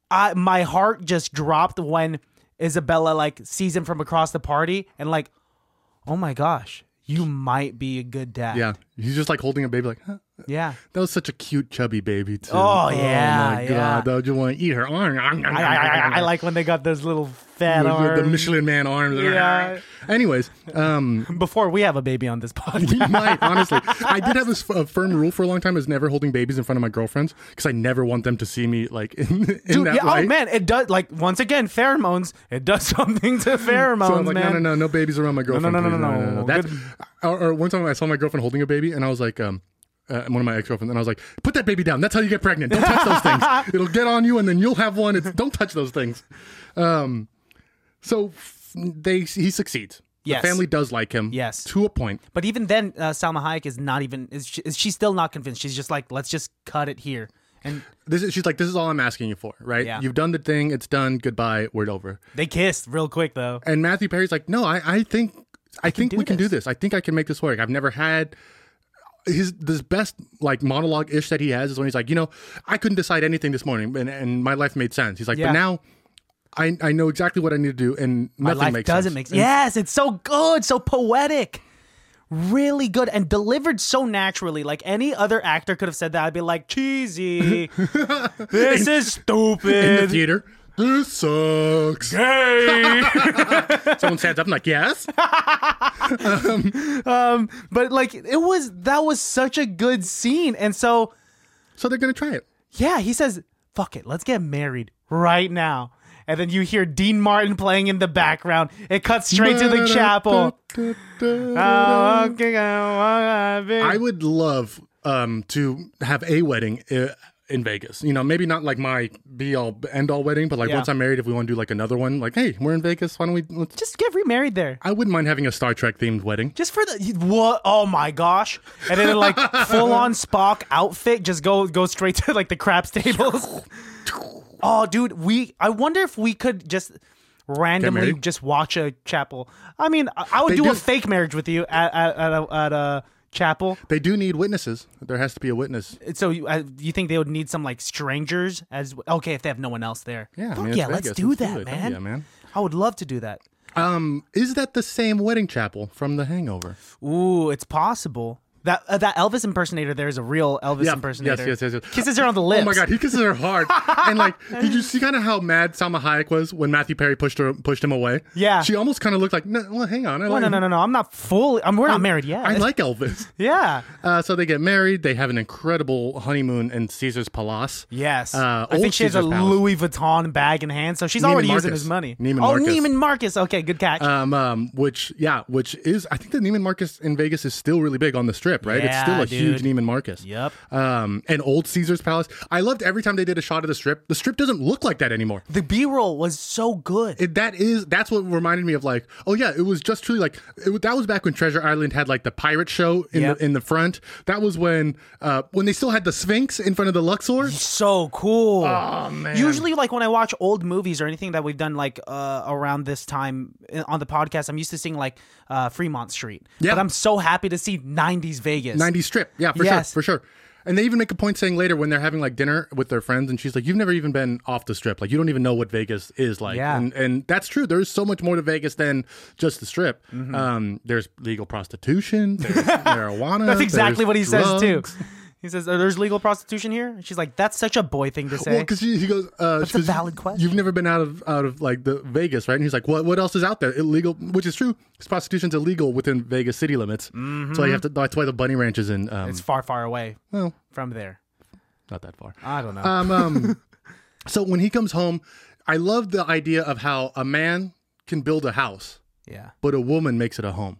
Speaker 2: I my heart just dropped when Isabella like sees him from across the party and like, oh my gosh, you might be a good dad.
Speaker 1: Yeah. He's just like holding a baby, like, huh?
Speaker 2: yeah.
Speaker 1: That was such a cute, chubby baby, too.
Speaker 2: Oh, yeah,
Speaker 1: my
Speaker 2: yeah.
Speaker 1: God. I just want to eat her arm.
Speaker 2: I, I, I, I like when they got those little fat
Speaker 1: The,
Speaker 2: arms.
Speaker 1: the Michelin man arms.
Speaker 2: Yeah.
Speaker 1: Anyways, um,
Speaker 2: Before we have a baby on this
Speaker 1: we
Speaker 2: podcast,
Speaker 1: might honestly. I did have this f- a firm rule for a long time: is never holding babies in front of my girlfriends because I never want them to see me like in, in
Speaker 2: dude.
Speaker 1: that
Speaker 2: Yeah,
Speaker 1: light.
Speaker 2: oh man, it does. Like once again, pheromones. It does something to pheromones,
Speaker 1: So I'm like, no,
Speaker 2: man.
Speaker 1: no, no, no babies around my girlfriend.
Speaker 2: no, no,
Speaker 1: please.
Speaker 2: no, no.
Speaker 1: That's, or, or one time I saw my girlfriend holding a baby, and I was like, um, uh, one of my ex girlfriends, and I was like, "Put that baby down. That's how you get pregnant. Don't touch those things. It'll get on you, and then you'll have one. It's, don't touch those things." Um, so f- they he succeeds.
Speaker 2: Yes.
Speaker 1: The family does like him.
Speaker 2: Yes.
Speaker 1: To a point.
Speaker 2: But even then, uh, Salma Hayek is not even is she, is she's still not convinced. She's just like, let's just cut it here. And
Speaker 1: This is she's like, "This is all I'm asking you for, right?
Speaker 2: Yeah.
Speaker 1: You've done the thing. It's done. Goodbye. We're over."
Speaker 2: they kissed real quick though.
Speaker 1: And Matthew Perry's like, no, I, I think I, think
Speaker 2: do
Speaker 1: we can do
Speaker 2: this."
Speaker 1: this. I think I can make this work. I've never had his this best like monologue ish that he has is when he's like, you know, I couldn't decide anything this morning and, and my life made sense. He's like,
Speaker 2: Yeah.
Speaker 1: but now I I know exactly what I need to do and
Speaker 2: My
Speaker 1: nothing
Speaker 2: life
Speaker 1: makes
Speaker 2: doesn't
Speaker 1: sense.
Speaker 2: make sense. Yes, it's so good, so poetic, really good, and delivered so naturally. Like any other actor could have said that, I'd be like, cheesy. this is
Speaker 1: In the
Speaker 2: stupid.
Speaker 1: theater. This sucks.
Speaker 2: Hey.
Speaker 1: Someone stands up and like, yes.
Speaker 2: um, but like it was that was such a good scene, and so
Speaker 1: So they're gonna try it.
Speaker 2: Yeah, he says, fuck it, let's get married right now. And then you hear Dean Martin playing in the background. It cuts straight to the chapel. Uh,
Speaker 1: I
Speaker 2: I,
Speaker 1: would love um, to have a wedding uh, in Vegas. You know, maybe not like my be all end all wedding, but like
Speaker 2: Yeah.
Speaker 1: once I'm married, if we want to do like another one, like hey, we're in Vegas. Why don't we? Let's...
Speaker 2: just get remarried there.
Speaker 1: I wouldn't mind having a Star Trek themed wedding.
Speaker 2: Just for the what? Oh my gosh! And then like full on Spock outfit, just go go straight to like the craps tables. oh, dude, we. I wonder if we could just randomly
Speaker 1: married?
Speaker 2: just watch a chapel. I mean, I, I would
Speaker 1: They
Speaker 2: do, a
Speaker 1: do-
Speaker 2: fake marriage with you at at, at, a, at a chapel.
Speaker 1: They do need witnesses. There has to be a witness.
Speaker 2: So you, uh, you think they would need some like strangers as okay if they have no one else there?
Speaker 1: Yeah, I
Speaker 2: Fuck
Speaker 1: mean, it's
Speaker 2: yeah, let's
Speaker 1: Vegas.
Speaker 2: do
Speaker 1: Let's do
Speaker 2: that,
Speaker 1: it. Hell
Speaker 2: man.
Speaker 1: yeah, man.
Speaker 2: I would love to do that.
Speaker 1: Um, is that the same wedding chapel from The Hangover?
Speaker 2: Ooh, it's possible. That uh, that Elvis impersonator there is a real Elvis
Speaker 1: Yeah,
Speaker 2: impersonator.
Speaker 1: yes, yes, yes, yes.
Speaker 2: Kisses her on the lips.
Speaker 1: Oh my god, he kisses her hard. and like, did you see kind of how mad Salma Hayek was when Matthew Perry pushed her pushed him away?
Speaker 2: Yeah.
Speaker 1: she almost kind of looked like, no, well, hang on, I
Speaker 2: No,
Speaker 1: like,
Speaker 2: no, no, no, no. I'm not fully. I'm, we're not married yet.
Speaker 1: I like Elvis.
Speaker 2: yeah.
Speaker 1: Uh, so they get married. They have an incredible honeymoon in Caesar's Palace.
Speaker 2: Yes.
Speaker 1: Uh,
Speaker 2: I think
Speaker 1: old
Speaker 2: she has a
Speaker 1: Caesar's Palace.
Speaker 2: Louis Vuitton bag in hand, so she's
Speaker 1: Neiman
Speaker 2: already using
Speaker 1: Marcus.
Speaker 2: his money.
Speaker 1: Neiman
Speaker 2: oh,
Speaker 1: Marcus.
Speaker 2: Neiman Marcus. Okay, good catch.
Speaker 1: Um, um, which yeah, which is I think the Neiman Marcus in Vegas is still really big on the Strip, right? it's still
Speaker 2: Yeah,
Speaker 1: a huge
Speaker 2: dude.
Speaker 1: Neiman Marcus.
Speaker 2: Yep.
Speaker 1: Um, and old Caesar's Palace. I loved every time they did a shot of the Strip. The Strip doesn't look like that anymore.
Speaker 2: the B-roll was so good.
Speaker 1: It, that is that's what reminded me of like oh yeah it was just truly like it, was- that was back when Treasure Island had like the pirate show in
Speaker 2: Yep.
Speaker 1: the in the front. That was when uh when they still had the Sphinx in front of the Luxor.
Speaker 2: so cool.
Speaker 1: Oh man.
Speaker 2: Usually, like when I watch old movies or anything that we've done, like uh, around this time in- on the podcast, I'm used to seeing like uh, Fremont Street.
Speaker 1: Yeah.
Speaker 2: But I'm so happy to see 90s Vegas.
Speaker 1: 90s strip. Yeah, for
Speaker 2: Yes.
Speaker 1: sure, for sure. And they even make a point saying later when they're having like dinner with their friends, and she's like, "You've never even been off the strip. Like you don't even know what Vegas is like."
Speaker 2: Yeah.
Speaker 1: and, and that's true. There's so much more to Vegas than just the strip.
Speaker 2: Mm-hmm.
Speaker 1: Um, there's legal prostitution, there's marijuana.
Speaker 2: That's exactly
Speaker 1: there's
Speaker 2: what he says too.
Speaker 1: drugs.
Speaker 2: He says, "There's legal prostitution here." And she's like, "That's such a boy thing to say."
Speaker 1: Well, because he goes, uh,
Speaker 2: That's a
Speaker 1: she goes,
Speaker 2: valid question.
Speaker 1: You've never been out of out of like the Vegas, right? And he's like, what What else is out there? Illegal, which is true. 'cause prostitution's illegal within Vegas city limits. So you have to. That's why the bunny ranch is in. Um,
Speaker 2: Mm-hmm. it's far, far away
Speaker 1: well,
Speaker 2: from there.
Speaker 1: not that far.
Speaker 2: I don't know.
Speaker 1: Um, um, so when he comes home, I love the idea of how a man can build a house,
Speaker 2: yeah.
Speaker 1: but a woman makes it a home.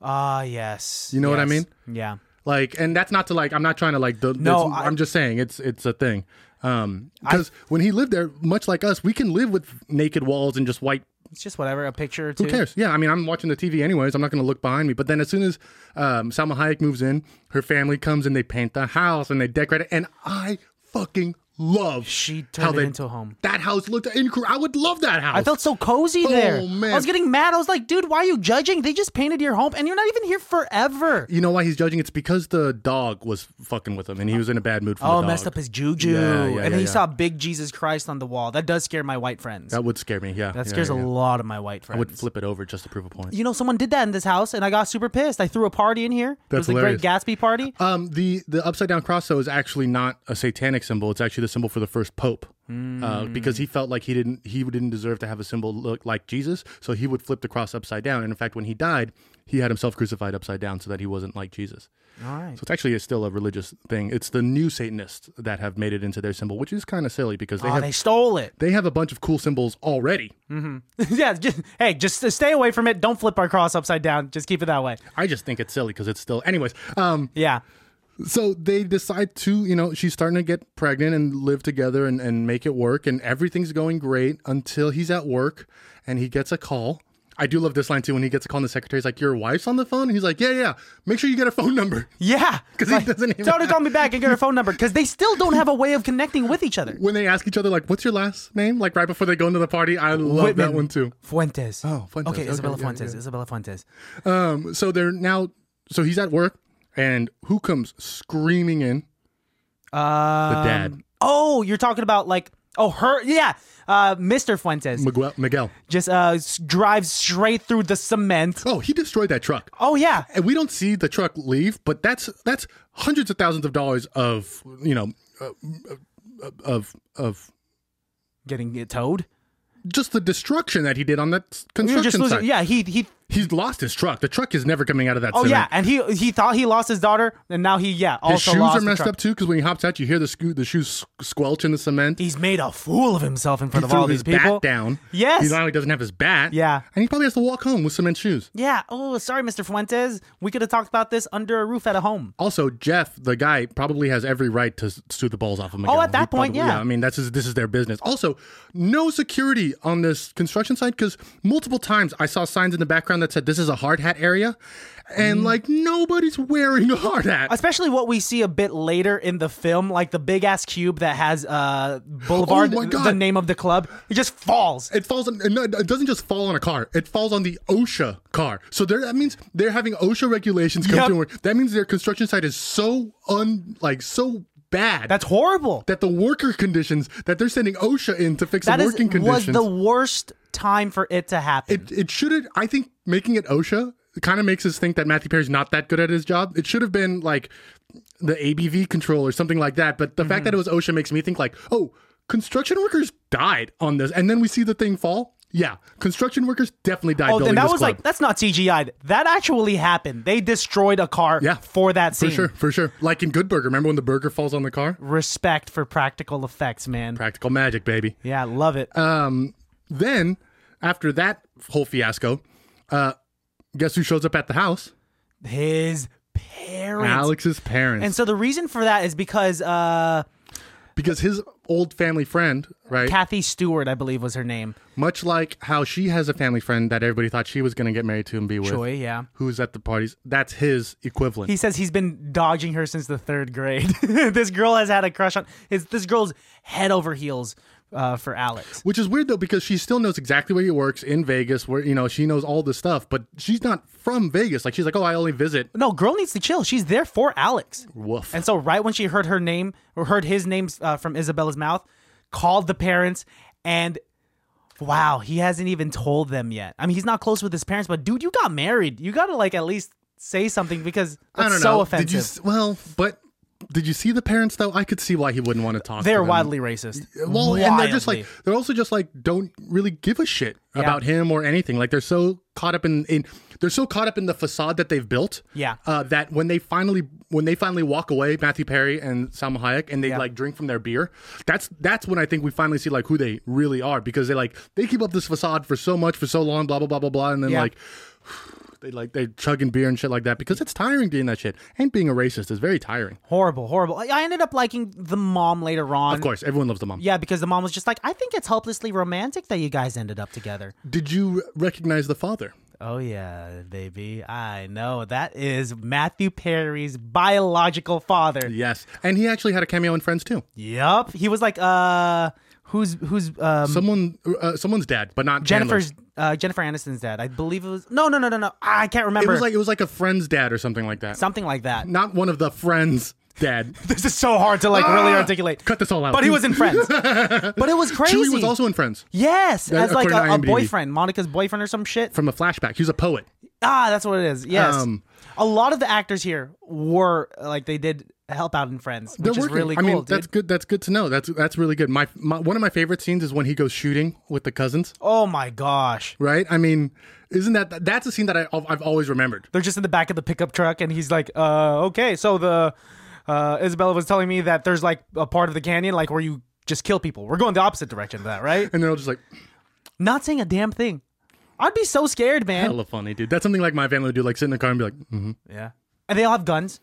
Speaker 2: Ah, yes.
Speaker 1: You know what I
Speaker 2: yes.
Speaker 1: mean?
Speaker 2: Yeah.
Speaker 1: Like, and that's not to like. I'm not trying to like. The,
Speaker 2: No,
Speaker 1: it's-
Speaker 2: I-
Speaker 1: I'm just saying it's it's a thing. Um, because when he lived there, much like us, we can live with naked walls and just white.
Speaker 2: It's just whatever. A picture or two.
Speaker 1: Who cares? Yeah, I mean, I'm watching the TV anyways. I'm not going to look behind me. But then as soon as um, Salma Hayek moves in, her family comes and they paint the house and they decorate it, and I fucking love
Speaker 2: She
Speaker 1: how
Speaker 2: turned it
Speaker 1: they-
Speaker 2: into a home.
Speaker 1: That house looked incredible. I would love that house.
Speaker 2: I felt so cozy there.
Speaker 1: Oh, man.
Speaker 2: I was getting mad. I was like, dude, why are you judging? They just painted your home and you're not even here forever.
Speaker 1: you know why he's judging? It's because the dog was fucking with him, and he was in a bad mood. From
Speaker 2: Oh,
Speaker 1: the
Speaker 2: messed
Speaker 1: dog.
Speaker 2: up his juju.
Speaker 1: Yeah, yeah,
Speaker 2: and
Speaker 1: yeah,
Speaker 2: he
Speaker 1: yeah.
Speaker 2: saw big Jesus Christ on the wall. That does scare my white friends.
Speaker 1: That would scare me. Yeah,
Speaker 2: that scares a lot of my white
Speaker 1: I
Speaker 2: friends.
Speaker 1: would flip it over just to prove a point.
Speaker 2: you know, someone did that in this house and I got super pissed. I threw a party in here. it
Speaker 1: That's
Speaker 2: was the Great Gatsby party.
Speaker 1: Um, the the upside down cross though is actually not a satanic symbol. It's actually the symbol for the first pope, uh,
Speaker 2: Hmm.
Speaker 1: because he felt like he didn't he didn't deserve to have a symbol look like Jesus, so he would flip the cross upside down. And in fact, when he died, he had himself crucified upside down so that he wasn't like Jesus.
Speaker 2: All right.
Speaker 1: So it's actually still a religious thing. It's the new Satanists that have made it into their symbol, which is kind of silly because they
Speaker 2: Oh,
Speaker 1: have
Speaker 2: they stole it.
Speaker 1: they have a bunch of cool symbols already.
Speaker 2: yeah. Just, hey, just stay away from it. Don't flip our cross upside down. Just keep it that way.
Speaker 1: I just think it's silly because it's still, anyways. Um,
Speaker 2: Yeah.
Speaker 1: So they decide to, you know, she's starting to get pregnant and live together and, and make it work, and everything's going great until he's at work and he gets a call. I do love this line too when he gets a call and the secretary's like, Your wife's on the phone? And he's like, Yeah, yeah, make sure you get a phone number.
Speaker 2: Yeah,
Speaker 1: 'Cause he doesn't even
Speaker 2: Tell her to
Speaker 1: have-
Speaker 2: call me back and get her phone number because they still don't have a way of connecting with each other.
Speaker 1: When they ask each other, like, What's your last name? Like right before they go into the party, I love that
Speaker 2: Whitman.
Speaker 1: one too.
Speaker 2: Fuentes.
Speaker 1: Oh, Fuentes.
Speaker 2: Okay,
Speaker 1: Okay,
Speaker 2: Isabella
Speaker 1: yeah,
Speaker 2: Fuentes. Isabella Fuentes.
Speaker 1: Um, so they're now, so he's at work, and who comes screaming in?
Speaker 2: Um,
Speaker 1: dad.
Speaker 2: Oh, you're talking about like oh her yeah, uh, Mr. Fuentes
Speaker 1: Miguel. Miguel.
Speaker 2: just uh s- drives straight through the cement.
Speaker 1: Oh, he destroyed that truck.
Speaker 2: Oh yeah,
Speaker 1: and we don't see the truck leave, but that's that's hundreds of thousands of dollars of you know uh, uh, of of
Speaker 2: getting it towed.
Speaker 1: just the destruction that he did on that s-
Speaker 2: We were just
Speaker 1: construction
Speaker 2: losing.
Speaker 1: site.
Speaker 2: Yeah, he he.
Speaker 1: He's lost his truck. The truck is never coming out of that.
Speaker 2: Oh
Speaker 1: cement.
Speaker 2: yeah, and he he thought he lost his daughter, and now he yeah also
Speaker 1: His shoes
Speaker 2: lost
Speaker 1: are
Speaker 2: the
Speaker 1: messed
Speaker 2: truck.
Speaker 1: up too because when he hops out, you hear the sco- the shoes s- squelch in the cement.
Speaker 2: He's made a fool of himself in front
Speaker 1: he
Speaker 2: of all
Speaker 1: threw
Speaker 2: these
Speaker 1: his bat
Speaker 2: people.
Speaker 1: down.
Speaker 2: Yes.
Speaker 1: he now he doesn't have his bat.
Speaker 2: Yeah.
Speaker 1: and he probably has to walk home with cement shoes.
Speaker 2: Yeah. Oh, sorry, Mr. Fuentes. We could have talked about this under a roof at a home.
Speaker 1: Also, Jeff, the guy, probably has every right to s- sue the balls off of Miguel.
Speaker 2: Oh, at that
Speaker 1: He
Speaker 2: point,
Speaker 1: probably-
Speaker 2: yeah.
Speaker 1: I mean, that's his, this is their business. Also, no security on this construction site because multiple times I saw signs in the background that said this is a hard hat area, and like nobody's wearing a hard hat.
Speaker 2: Especially what we see Mm. a bit later in the film, like the big ass cube that has uh Boulevard,
Speaker 1: Oh my God.
Speaker 2: the name of the club. It just falls.
Speaker 1: It falls on. and no, It doesn't just fall on a car. It falls on the OSHA car. So there, that means they're having OSHA regulations come
Speaker 2: Yep.
Speaker 1: through. That means their construction site is so un like so bad.
Speaker 2: That's horrible.
Speaker 1: that the worker conditions that they're sending OSHA in to fix
Speaker 2: That
Speaker 1: the
Speaker 2: is
Speaker 1: working
Speaker 2: was
Speaker 1: conditions.
Speaker 2: the worst time for it to happen.
Speaker 1: it it should have I think making it OSHA kind of makes us think that Matthew Perry's not that good at his job. It should have been like the ABV control or something like that. But the fact that it
Speaker 2: Mm-hmm.
Speaker 1: was OSHA makes me think like, oh, construction workers died on this, and then we see the thing fall. Yeah, construction workers definitely died.
Speaker 2: oh,
Speaker 1: building
Speaker 2: and that
Speaker 1: this
Speaker 2: was
Speaker 1: club.
Speaker 2: like that's not CGI. That actually happened. They destroyed a car
Speaker 1: Yeah.
Speaker 2: for that
Speaker 1: for
Speaker 2: scene.
Speaker 1: sure, for sure. Like in Good Burger, remember when the burger falls on the car?
Speaker 2: Respect for practical effects, man.
Speaker 1: Practical magic, baby.
Speaker 2: Yeah, love it.
Speaker 1: Um, then after that whole fiasco, uh, guess who shows up at the house?
Speaker 2: His parents.
Speaker 1: Alex's parents.
Speaker 2: And so the reason for that is because uh
Speaker 1: because his old family friend, right?
Speaker 2: Kathy Stewart, I believe was her name.
Speaker 1: much like how she has a family friend that everybody thought she was going to get married to and be with,
Speaker 2: Joy, yeah.
Speaker 1: who's at the parties. That's his equivalent.
Speaker 2: He says he's been dodging her since the third grade. this girl has had a crush on his this girl's head over heels uh, for Alex.
Speaker 1: which is weird though because she still knows exactly where he works in Vegas, where you know she knows all this stuff, but she's not from Vegas. Like she's like, oh, I only visit.
Speaker 2: No, girl needs to chill. She's there for Alex.
Speaker 1: Woof.
Speaker 2: And so right when she heard her name or heard his name uh, from Isabella's mouth, called the parents and wow, he hasn't even told them yet. I mean, he's not close with his parents, but dude, you got married. You got to like at least say something because
Speaker 1: I
Speaker 2: that's
Speaker 1: don't know.
Speaker 2: so offensive.
Speaker 1: Did you? s- Well, but did you see the parents though? I could see why he wouldn't want to talk. to
Speaker 2: They're
Speaker 1: them.
Speaker 2: wildly racist.
Speaker 1: Well, and they're just like
Speaker 2: Wildly.
Speaker 1: they're also just like don't really give a shit about him or anything. Like they're so caught up in, in they're so caught up in the facade that they've built.
Speaker 2: Yeah.
Speaker 1: Uh, that when they finally when they finally walk away, Matthew Perry and Salma Hayek, and they like drink from their beer. That's that's when I think we finally see like who they really are because they like they keep up this facade for so much for so long, blah blah blah blah blah, and then
Speaker 2: Yeah.
Speaker 1: like. They like they chugging beer and shit like that because it's tiring doing that shit. And being a racist is very tiring.
Speaker 2: horrible, horrible. I- I ended up liking the mom later on.
Speaker 1: Of course, everyone loves the mom.
Speaker 2: Yeah, because the mom was just like, I think it's helplessly romantic that you guys ended up together.
Speaker 1: Did you recognize the father?
Speaker 2: Oh, yeah, baby. I know. That is Matthew Perry's biological father.
Speaker 1: Yes, and he actually had a cameo in Friends too.
Speaker 2: Yup. He was like, uh, who's, who's, um,
Speaker 1: Someone, uh, someone's dad, but not Chandler's.
Speaker 2: Jennifer's, uh, Jennifer Aniston's dad. I believe it was, no, no, no, no, no. I can't
Speaker 1: It
Speaker 2: remember.
Speaker 1: was like it was like a friend's dad or something like that.
Speaker 2: Something like that.
Speaker 1: Not one of the friends' dad.
Speaker 2: This is so hard to like really
Speaker 1: Ah!
Speaker 2: articulate.
Speaker 1: Cut this all out.
Speaker 2: But he was in Friends. but it was crazy.
Speaker 1: Chewie was also in Friends
Speaker 2: Yes,
Speaker 1: That-
Speaker 2: as like
Speaker 1: according to
Speaker 2: a, a
Speaker 1: IMDb.
Speaker 2: boyfriend, Monica's boyfriend or some shit.
Speaker 1: from a flashback. He was a poet.
Speaker 2: Ah, that's what it is. Yes,
Speaker 1: Um,
Speaker 2: a lot of the actors here were like they did help out in Friends,
Speaker 1: They're
Speaker 2: which is
Speaker 1: working.
Speaker 2: really
Speaker 1: I
Speaker 2: cool.
Speaker 1: mean,
Speaker 2: dude.
Speaker 1: that's good. That's good to know. That's that's really good. My, my one of my favorite scenes is when he goes shooting with the cousins.
Speaker 2: oh my gosh,
Speaker 1: Right? I mean, isn't that that's a scene that I, I've always remembered.
Speaker 2: they're just in the back of the pickup truck, and he's like, "Uh, okay, so the uh, Isabella was telling me that there's like a part of the canyon like where you just kill people. We're going the opposite direction of that, right?
Speaker 1: And they're all just like,
Speaker 2: Not saying a damn thing. I'd be so scared, man.
Speaker 1: hella funny, dude. That's something like my family would do, like sit in the car and be like, mm-hmm.
Speaker 2: Yeah, and they all have guns.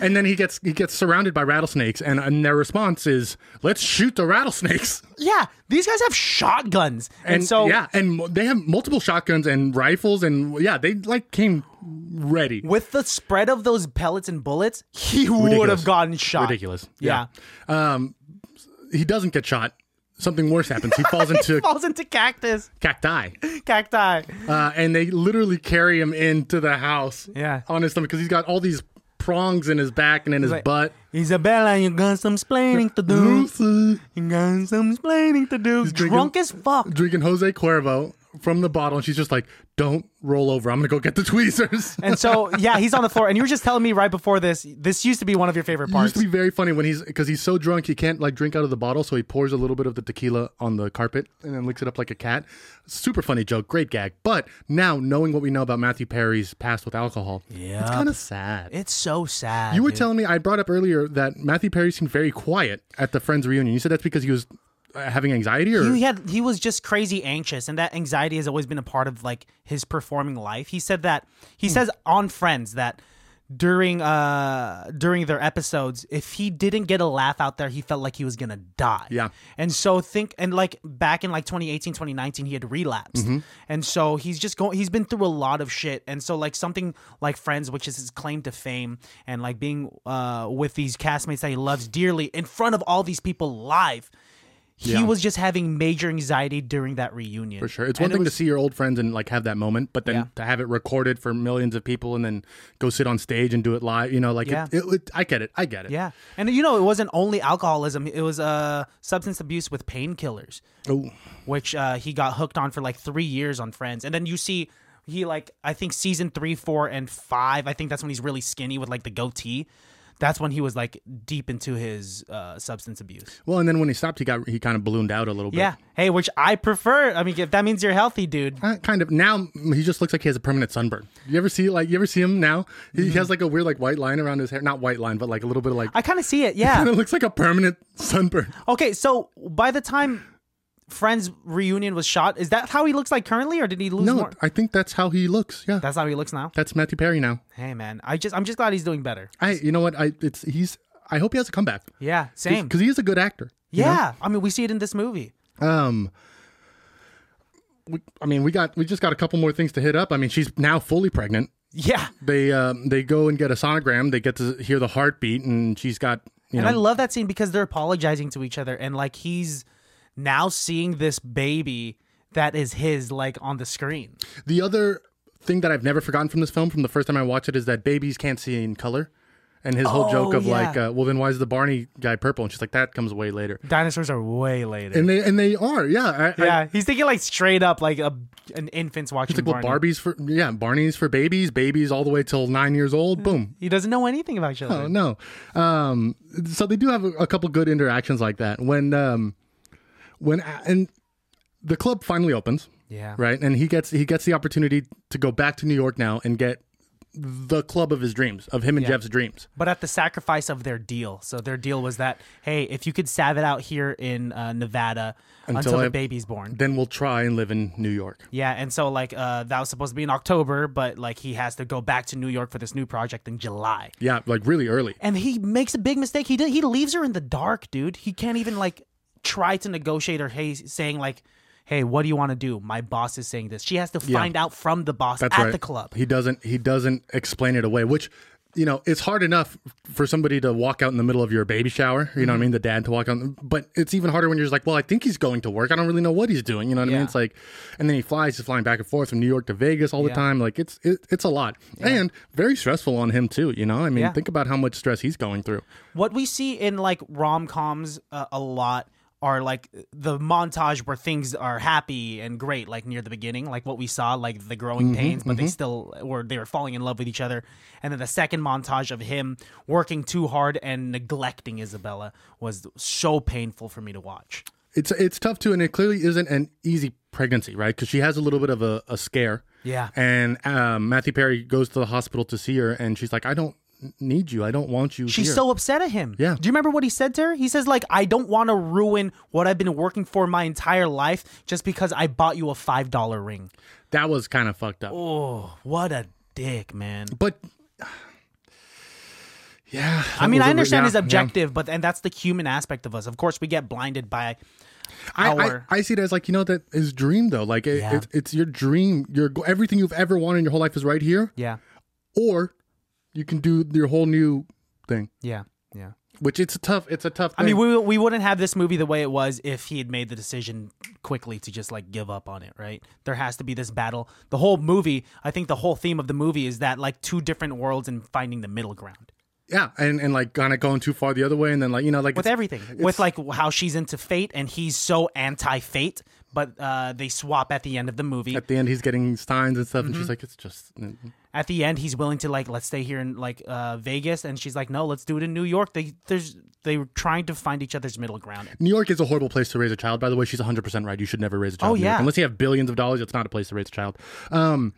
Speaker 1: And then he gets he gets surrounded by rattlesnakes, and, and their response is, "Let's shoot the rattlesnakes."
Speaker 2: Yeah, these guys have shotguns, and,
Speaker 1: And
Speaker 2: so
Speaker 1: yeah, and mo- they have multiple shotguns and rifles, and yeah, they like came ready.
Speaker 2: with the spread of those pellets and bullets, he would
Speaker 1: Ridiculous.
Speaker 2: have gotten shot.
Speaker 1: Ridiculous.
Speaker 2: Yeah.
Speaker 1: Um, he doesn't get shot. Something worse happens. He falls into
Speaker 2: Falls into cactus,
Speaker 1: cacti,
Speaker 2: cacti.
Speaker 1: uh, and they literally carry him into the house.
Speaker 2: Yeah.
Speaker 1: on his stomach because he's got all these prongs in his back and in his
Speaker 2: like-
Speaker 1: butt.
Speaker 2: Isabella, you got some splaining to do. You got some splaining to do.
Speaker 1: drinking-
Speaker 2: Drunk as fuck.
Speaker 1: Drinking Jose Cuervo from the bottle, and she's just like, "Don't roll over. I'm gonna go get the tweezers."
Speaker 2: And so, yeah, he's on the floor. And you were just telling me right before this, this used to be one of your favorite
Speaker 1: It
Speaker 2: parts.
Speaker 1: used to be very funny when he's because he's so drunk he can't like drink out of the bottle, so he pours a little bit of the tequila on the carpet and then licks it up like a cat. Super funny joke, great gag. But now knowing what we know about Matthew Perry's past with alcohol, yeah, it's kind of sad.
Speaker 2: It's so sad.
Speaker 1: you were
Speaker 2: dude.
Speaker 1: telling me I brought up earlier that Matthew Perry seemed very quiet at the Friends reunion. You said that's because he was uh, having anxiety, or
Speaker 2: he had he was just crazy anxious, and that anxiety has always been a part of like his performing life. He said that he says on Friends that during uh during their episodes, if he didn't get a laugh out there, he felt like he was gonna die.
Speaker 1: Yeah.
Speaker 2: And so think and like back in like 2018, 2019, he had relapsed. And so he's just going he's been through a lot of shit. And so like something like Friends, which is his claim to fame, and like being uh with these castmates that he loves dearly in front of all these people live. He
Speaker 1: Yeah.
Speaker 2: was just having major anxiety during that reunion.
Speaker 1: for sure, it's one thing to see your old friends and like have that moment, but then
Speaker 2: Yeah.
Speaker 1: to have it recorded for millions of people and then go sit on stage and do it live, you know, like
Speaker 2: Yeah.
Speaker 1: it, it, it, I get it, I get it.
Speaker 2: Yeah. And you know, it wasn't only alcoholism, it was uh substance abuse with painkillers.
Speaker 1: Oh.
Speaker 2: which uh, he got hooked on for like three years on Friends, and then you see he like I think season three, four, and five. I think that's when he's really skinny with like the goatee. That's when he was like deep into his uh, substance abuse.
Speaker 1: Well, and then when he stopped, he got he kind of ballooned out a little bit.
Speaker 2: Yeah. Hey, which I prefer. I mean, if that means you're healthy, dude.
Speaker 1: Uh, kind of. Now mm, he just looks like he has a permanent sunburn. You ever see like you ever see him now? He
Speaker 2: Mm-hmm.
Speaker 1: he has like a weird like white line around his hair. Not white line, but like a little bit of like.
Speaker 2: I kind of see it. Yeah.
Speaker 1: Kind of looks like a permanent sunburn.
Speaker 2: Okay. So by the time Friends reunion was shot, is that how he looks like currently, or did he lose
Speaker 1: No,
Speaker 2: more?
Speaker 1: I think that's how he looks. Yeah,
Speaker 2: That's how he looks now.
Speaker 1: that's Matthew Perry now.
Speaker 2: Hey, man. I just I'm just glad he's doing better.
Speaker 1: I you know what I it's he's I hope he has a comeback
Speaker 2: Yeah. Same.
Speaker 1: because he is a good actor. you know?
Speaker 2: Yeah. I mean, we see it in this movie.
Speaker 1: Um. We, I mean, we got we just got a couple more things to hit up. I mean, she's now fully pregnant.
Speaker 2: Yeah.
Speaker 1: They um, they go and get a sonogram. They get to hear the heartbeat, and she's got you know
Speaker 2: And I love that scene because they're apologizing to each other and like he's now seeing this baby that is his like on the screen.
Speaker 1: The other thing that I've never forgotten from this film, from the first time I watched it, is that babies can't see in color. And his whole joke
Speaker 2: Oh,
Speaker 1: of
Speaker 2: yeah.
Speaker 1: like, uh, well, then why is the Barney guy purple? And she's like, that comes way later.
Speaker 2: Dinosaurs are way later.
Speaker 1: And they and they are, yeah. I, I,
Speaker 2: yeah, he's thinking like straight up like a an infant's watching
Speaker 1: it's like, well,
Speaker 2: Barney.
Speaker 1: Barbie's for yeah, Barney's for babies, babies all the way till nine years old. Boom.
Speaker 2: He doesn't know anything about
Speaker 1: Oh
Speaker 2: children.
Speaker 1: no. Um, so they do have a, a couple good interactions like that when um, when and the club finally opens.
Speaker 2: Yeah.
Speaker 1: Right, and he gets he gets the opportunity to go back to New York now and get the club of his dreams, of him and Jeff's dreams.
Speaker 2: But at the sacrifice of their deal. So their deal was that hey, if you could salve it out here in uh, Nevada until,
Speaker 1: Until I-
Speaker 2: the baby's born.
Speaker 1: then we'll try and live in New York.
Speaker 2: Yeah, and so like uh, that was supposed to be in October, but like he has to go back to New York for this new project in July.
Speaker 1: Yeah, like really early.
Speaker 2: and he makes a big mistake. He did, he leaves her in the dark, dude. He can't even like try to negotiate her. Hey, saying like, "Hey, what do you want to do?" My boss is saying this. She has to find out from the boss
Speaker 1: That's
Speaker 2: at
Speaker 1: right.
Speaker 2: the club.
Speaker 1: He doesn't he doesn't explain it away, which you know, it's hard enough for somebody to walk out in the middle of your baby shower, you know what
Speaker 2: Mm-hmm.
Speaker 1: I mean, the dad to walk out, but it's even harder when you're just like, well, I think he's going to work. I don't really know what he's doing, you know what I
Speaker 2: Yeah.
Speaker 1: mean? It's like and then he flies, he's flying back and forth from New York to Vegas all the
Speaker 2: Yeah.
Speaker 1: time. Like it's it, it's a lot. And very stressful on him too, you know? I mean,
Speaker 2: Yeah.
Speaker 1: think about how much stress he's going through.
Speaker 2: What we see in like rom coms uh, a lot are like the montage where things are happy and great, like near the beginning, like what we saw, like the growing pains, but they still were they were falling in love with each other. And then the second montage of him working too hard and neglecting Isabella was so painful for me to watch.
Speaker 1: It's it's tough too and it clearly isn't an easy pregnancy, right? Cuz she has a little bit of a, a scare.
Speaker 2: Yeah.
Speaker 1: And um, Matthew Perry goes to the hospital to see her, and she's like, "I don't need you. I don't want you."
Speaker 2: She's
Speaker 1: here."
Speaker 2: so upset at him.
Speaker 1: Yeah.
Speaker 2: Do you remember what he said to her? He says like, "I don't want to ruin what I've been working for my entire life just because I bought you a five dollar ring."
Speaker 1: that was kind of fucked up.
Speaker 2: Oh, what a dick, man.
Speaker 1: But Yeah.
Speaker 2: I
Speaker 1: that
Speaker 2: mean,
Speaker 1: was
Speaker 2: I
Speaker 1: a-
Speaker 2: understand
Speaker 1: yeah,
Speaker 2: his
Speaker 1: yeah.
Speaker 2: objective, but and that's the human aspect of us. Of course, we get blinded by
Speaker 1: I, I,
Speaker 2: our-
Speaker 1: I see it as like you know that his dream though. Like it,
Speaker 2: Yeah.
Speaker 1: it's, it's your dream. Your go- everything you've ever wanted in your whole life is right here.
Speaker 2: yeah,
Speaker 1: Or you can do your whole new thing,
Speaker 2: yeah, yeah.
Speaker 1: which it's a tough. It's a tough.
Speaker 2: I
Speaker 1: Thing.
Speaker 2: mean, we we wouldn't have this movie the way it was if he had made the decision quickly to just like give up on it, right? There has to be this battle. The whole movie, I think, the whole theme of the movie is that like two different worlds and finding the middle ground
Speaker 1: yeah, and and like kind of going too far the other way, and then like you know like
Speaker 2: with
Speaker 1: it's-
Speaker 2: everything, with like how she's into fate and he's so anti fate, but uh, they swap at the end of the movie.
Speaker 1: at the end he's getting steins and stuff, and
Speaker 2: Mm-hmm.
Speaker 1: she's like, it's just. mm,
Speaker 2: at the end he's willing to like let's stay here in like uh Vegas and she's like no let's do it in New York they there's they were trying to find each other's middle ground
Speaker 1: New York is a horrible place to raise a child. By the way, she's 100% right. You should never raise a child.
Speaker 2: Oh,
Speaker 1: in New York.
Speaker 2: yeah.
Speaker 1: Unless you have billions of dollars, it's not a place to raise a child. Um,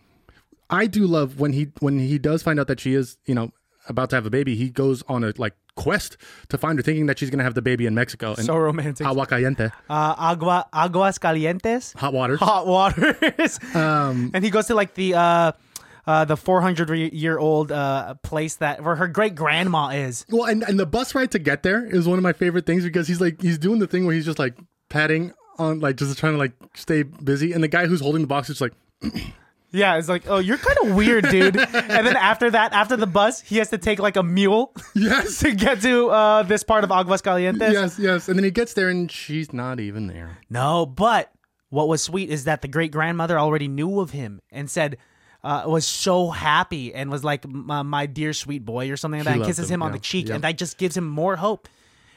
Speaker 1: I do love when he when he does find out that she is, you know, about to have a baby, he goes on a like quest to find her thinking that she's going to have the baby in Mexico and
Speaker 2: so romantic
Speaker 1: agua caliente,
Speaker 2: uh, agua aguas calientes
Speaker 1: hot water.
Speaker 2: hot waters and he goes to like the uh uh, the 400 re- year old uh, place that where her great grandma is.
Speaker 1: Well, and, and the bus ride to get there is one of my favorite things because he's like he's doing the thing where he's just like patting on like just trying to like stay busy and the guy who's holding the box is just like
Speaker 2: Yeah, it's like, oh, you're kind of weird, dude. and then after that, after the bus, he has to take like a mule
Speaker 1: yes
Speaker 2: to get to uh, this part of Aguas Calientes.
Speaker 1: yes yes and then he gets there and she's not even there
Speaker 2: No, but what was sweet is that the great grandmother already knew of him and said, uh, was so happy and was like, "My my dear sweet boy, or something like that, and
Speaker 1: loved
Speaker 2: kisses
Speaker 1: him,
Speaker 2: him, on
Speaker 1: yeah,
Speaker 2: the cheek.
Speaker 1: yeah.
Speaker 2: And that just gives him more hope.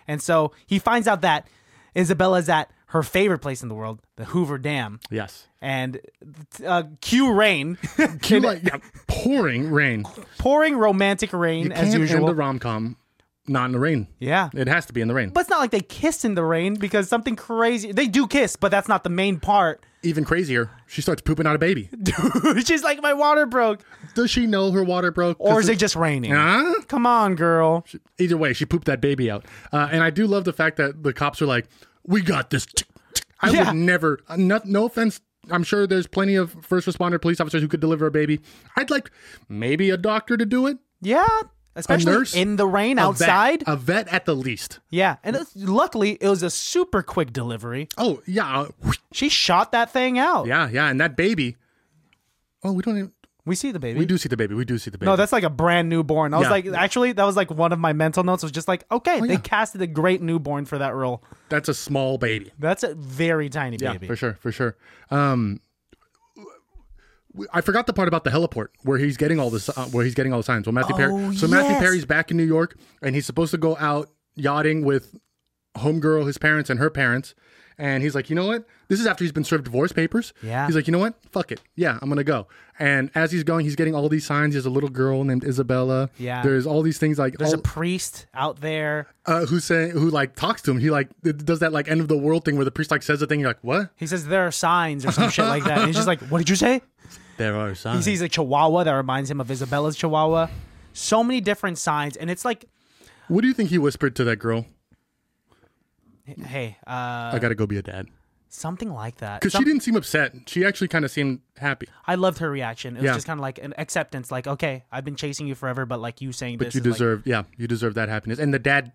Speaker 2: And so he finds out that Isabella's at her favorite place in the world, the Hoover Dam.
Speaker 1: yes
Speaker 2: And uh, cue rain,
Speaker 1: Cue like yeah, pouring rain,
Speaker 2: pouring romantic rain as
Speaker 1: Can't
Speaker 2: usual.
Speaker 1: End the rom com, not in the rain.
Speaker 2: yeah.
Speaker 1: It has to be in the rain.
Speaker 2: But it's not like they kiss in the rain because something crazy. They do kiss, but that's not the main part.
Speaker 1: Even crazier, she starts pooping out a baby.
Speaker 2: She's like, my water broke.
Speaker 1: Does she know her water broke?
Speaker 2: Or
Speaker 1: Does
Speaker 2: is it just raining?
Speaker 1: Huh?
Speaker 2: Come on, girl.
Speaker 1: Either way, she pooped that baby out. Uh, and I do love the fact that the cops are like, "We got this." I
Speaker 2: Yeah.
Speaker 1: would never. uh, No, no offense. I'm sure there's plenty of first responder police officers who could deliver a baby. I'd like maybe a doctor to do it.
Speaker 2: Yeah. Especially
Speaker 1: nurse?
Speaker 2: in the rain
Speaker 1: A vet. Uh.
Speaker 2: outside.
Speaker 1: a vet at the least.
Speaker 2: yeah. And it's- luckily, it was a super quick delivery.
Speaker 1: Oh yeah, uh,
Speaker 2: She shot that thing out.
Speaker 1: yeah, yeah. And that baby. Oh, we don't. Even,
Speaker 2: We see the baby.
Speaker 1: we do see the baby. We do see the baby.
Speaker 2: No, that's like a brand newborn. I was
Speaker 1: Yeah. Oh,
Speaker 2: like, actually, that was like one of my mental notes. Was just like, okay, they
Speaker 1: yeah.
Speaker 2: casted a great newborn for that role.
Speaker 1: That's a small baby.
Speaker 2: That's a very tiny baby.
Speaker 1: for sure, for sure. Um, w- I forgot the part about the heliport where he's getting all this, uh, where he's getting all the signs. Well, Matthew
Speaker 2: Oh,
Speaker 1: Perry. So Matthew
Speaker 2: yes.
Speaker 1: Perry's back in New York, and he's supposed to go out yachting with homegirl, his parents, and her parents. And he's like, you know what? This is after he's been served divorce papers.
Speaker 2: Yeah.
Speaker 1: He's like, you know what? Fuck it. Yeah, I'm gonna go. And as he's going, he's getting all these signs. There's a little girl named Isabella.
Speaker 2: Yeah.
Speaker 1: There's all these things like
Speaker 2: There's
Speaker 1: all,
Speaker 2: a priest out there.
Speaker 1: uh, who say who like talks to him. He like d- does that like end of the world thing where the priest like says a thing. You're like, what?
Speaker 2: He says there are signs or some shit like that. And he's just like, what did you say?
Speaker 1: There are
Speaker 2: He
Speaker 1: signs.
Speaker 2: sees a chihuahua that reminds him of Isabella's chihuahua. So many different signs. And it's like,
Speaker 1: What do you think he whispered to that girl?
Speaker 2: hey, uh,
Speaker 1: I gotta go be a dad.
Speaker 2: something like that.
Speaker 1: Because she didn't seem upset. She actually kind of seemed happy.
Speaker 2: I loved her reaction. It was
Speaker 1: Yeah.
Speaker 2: just kind of like an acceptance, like, okay, I've been chasing you forever, but like you saying this,
Speaker 1: You
Speaker 2: is, like-
Speaker 1: deserve, yeah, you deserve that happiness. And the dad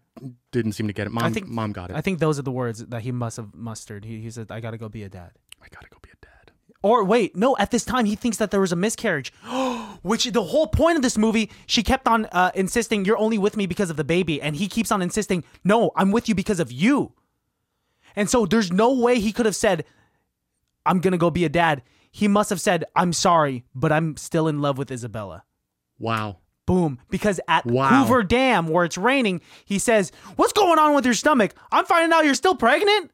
Speaker 1: didn't seem to get it. Mom,
Speaker 2: I think
Speaker 1: mom got it.
Speaker 2: I think those are the words that he must have mustered. He, he said, "I gotta go be a dad."
Speaker 1: I gotta go be a dad.
Speaker 2: Or wait, no. At this time, he thinks that there was a miscarriage, which the whole point of this movie, she kept on uh, insisting, "You're only with me because of the baby," and he keeps on insisting, "No, I'm with you because of you." And so there's no way he could have said, "I'm gonna go be a dad." He must have said, "I'm sorry, but I'm still in love with Isabella."
Speaker 1: Wow.
Speaker 2: Boom. Because at
Speaker 1: Wow.
Speaker 2: Hoover Dam, where it's raining, he says, What's going on with your stomach? I'm finding out you're still pregnant?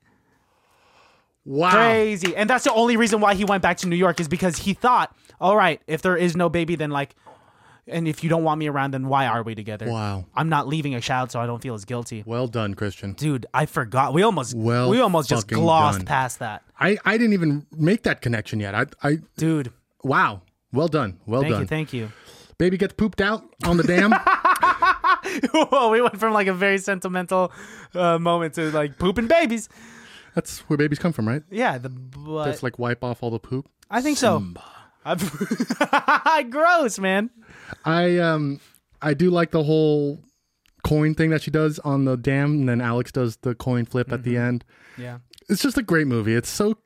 Speaker 1: Wow.
Speaker 2: Crazy. And that's the only reason why he went back to New York is because he thought, All right, if there is no baby, then like, and if you don't want me around, then why are we together?
Speaker 1: Wow.
Speaker 2: I'm not leaving a child, so I don't feel as guilty.
Speaker 1: Well done, Christian.
Speaker 2: Dude, I forgot. We almost
Speaker 1: Well
Speaker 2: we almost just
Speaker 1: fucking
Speaker 2: glossed
Speaker 1: done.
Speaker 2: past that.
Speaker 1: I, I didn't even make that connection yet. I, I,
Speaker 2: Dude,
Speaker 1: wow. Well done. Well
Speaker 2: thank
Speaker 1: done.
Speaker 2: you, thank you.
Speaker 1: Baby gets pooped out on the dam.
Speaker 2: Whoa, we went from like a very sentimental uh, moment to like pooping babies.
Speaker 1: That's where babies come from, right?
Speaker 2: Yeah, the but
Speaker 1: It's like wipe off all the poop.
Speaker 2: I think so. I've- Gross, man.
Speaker 1: I um I do like the whole coin thing that she does on the dam, and then Alex does the coin flip at
Speaker 2: Mm-hmm.
Speaker 1: the end.
Speaker 2: Yeah.
Speaker 1: It's just a great movie. It's so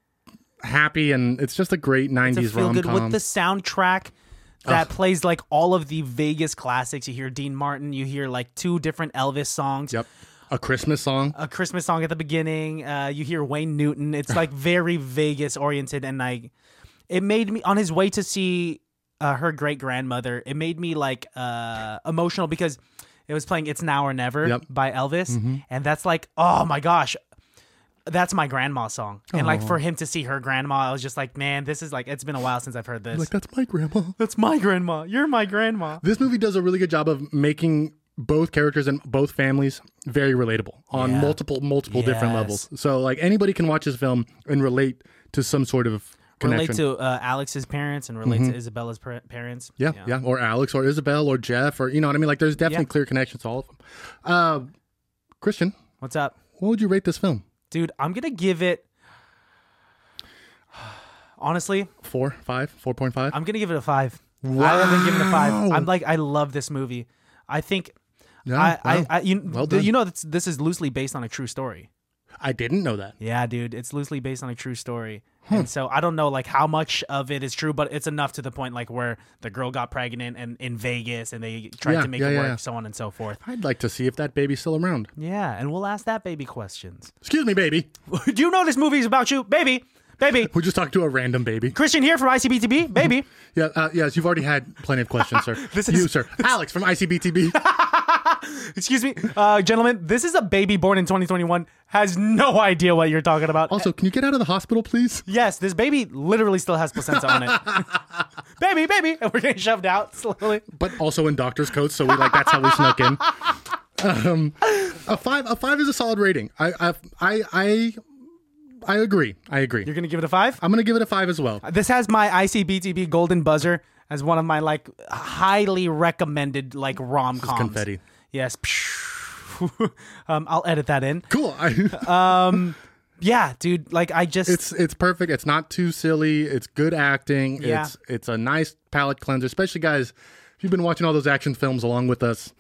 Speaker 1: happy, and it's just a great
Speaker 2: to
Speaker 1: '90s
Speaker 2: feel
Speaker 1: rom
Speaker 2: good with
Speaker 1: com.
Speaker 2: the soundtrack that plays like all of the Vegas classics. You hear Dean Martin, you hear like two different Elvis songs,
Speaker 1: Yep, a Christmas song.
Speaker 2: a Christmas song at the beginning. Uh, you hear Wayne Newton. It's like very Vegas oriented, and like it made me on his way to see uh, her great grandmother. It made me like uh, emotional because it was playing "It's Now or Never"
Speaker 1: Yep.
Speaker 2: by Elvis, and that's like oh my gosh. That's my grandma song, and like for him to see her grandma, I was just like, man, this is like it's been a while since I've heard this.
Speaker 1: Like that's my grandma.
Speaker 2: That's my grandma. You're my grandma.
Speaker 1: This movie does a really good job of making both characters and both families very relatable on
Speaker 2: Yeah.
Speaker 1: multiple multiple different
Speaker 2: Yes.
Speaker 1: levels. So like anybody can watch this film and relate to some sort of connection.
Speaker 2: Relate to uh, Alex's parents and relate to Isabella's par- parents.
Speaker 1: Yeah, yeah, Or Alex or Isabel or Jeff or you know what I mean? Like there's definitely
Speaker 2: Yeah.
Speaker 1: clear connections to all of them. Uh Christian,
Speaker 2: What's up?
Speaker 1: what would you rate this film?
Speaker 2: Dude, I'm going to give it. Honestly,
Speaker 1: Four, five, four point five?
Speaker 2: I'm going to give it a five. I haven't given it a five. I'm like, I love this movie. I think.
Speaker 1: Yeah,
Speaker 2: I,
Speaker 1: wow.
Speaker 2: I, I, you,
Speaker 1: Oh, Well
Speaker 2: th-
Speaker 1: done.
Speaker 2: you know, this, this is loosely based on a true story.
Speaker 1: I didn't know that.
Speaker 2: Yeah, dude, it's loosely based on a true story.
Speaker 1: Hmm.
Speaker 2: And so I don't know like how much of it is true, but it's enough to the point like where the girl got pregnant and in Vegas and they tried
Speaker 1: Yeah,
Speaker 2: to make
Speaker 1: yeah,
Speaker 2: it
Speaker 1: yeah,
Speaker 2: work,
Speaker 1: yeah.
Speaker 2: so on and so forth.
Speaker 1: I'd like to see if that baby's still around.
Speaker 2: Yeah, and we'll ask that baby questions.
Speaker 1: Excuse me, baby.
Speaker 2: Do you know this movie is about you, baby? Baby,
Speaker 1: We just talked to a random baby.
Speaker 2: Christian here from ICBTB, baby.
Speaker 1: Yeah, uh, yes, you've already had plenty of questions, sir.
Speaker 2: This
Speaker 1: you,
Speaker 2: is-
Speaker 1: sir. Alex from ICBTB.
Speaker 2: Excuse me, uh, gentlemen. This is a baby born in 2021. Has no idea what you're talking about.
Speaker 1: also, can you get out of the hospital, please?
Speaker 2: yes, this baby literally still has placenta on it. baby, baby, and we're getting shoved out slowly.
Speaker 1: But also in doctor's coats, so we like that's how we snuck in. Um, a five, a five is a solid rating. I, I, I, I, I agree. I agree.
Speaker 2: You're gonna give it a five. Uh,
Speaker 1: I'm gonna give it a five as well.
Speaker 2: This has my ICBTB golden buzzer as one of my like highly recommended like rom coms.
Speaker 1: confetti.
Speaker 2: Yes. um, I'll edit that in.
Speaker 1: Cool. I,
Speaker 2: Yeah, dude. Like I just
Speaker 1: it's it's perfect. It's not too silly. It's good acting.
Speaker 2: Yeah.
Speaker 1: It's it's a nice palate cleanser, especially guys. If you've been watching all those action films along with us,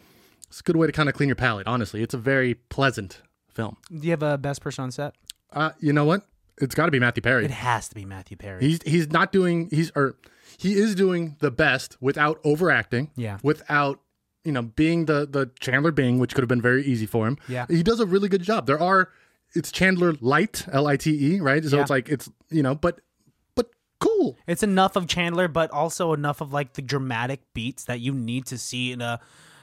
Speaker 1: it's a good way to kind of clean your palate. Honestly, it's a very pleasant film.
Speaker 2: Do you have a best person on set?
Speaker 1: Uh, you know what? It's got to be Matthew Perry.
Speaker 2: It has to be Matthew Perry.
Speaker 1: He's he's not doing he's or he is doing the best without overacting.
Speaker 2: Yeah.
Speaker 1: Without you know being the the Chandler Bing, which could have been very easy for him.
Speaker 2: Yeah.
Speaker 1: He does a really good job. There are it's Chandler Light L I T E right. So
Speaker 2: Yeah.
Speaker 1: it's like it's you know but but cool.
Speaker 2: it's enough of Chandler, but also enough of like the dramatic beats that you need to see in a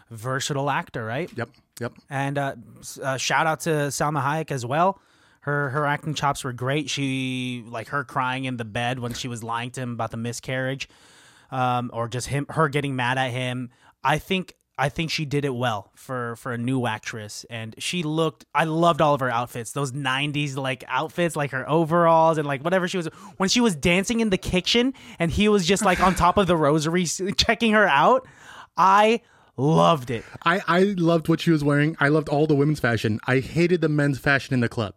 Speaker 2: versatile actor, right?
Speaker 1: Yep. Yep.
Speaker 2: And uh, s- uh, shout out to Salma Hayek as well. Her her acting chops were great. She like her crying in the bed when she was lying to him about the miscarriage, um, or just him her getting mad at him. I think I think she did it well for for a new actress, and she looked. I loved all of her outfits. Those '90s like outfits, like her overalls and like whatever she was when she was dancing in the kitchen, and he was just like on top of the rosary s- checking her out. I loved it.
Speaker 1: I I loved what she was wearing. I loved all the women's fashion. I hated the men's fashion in the club.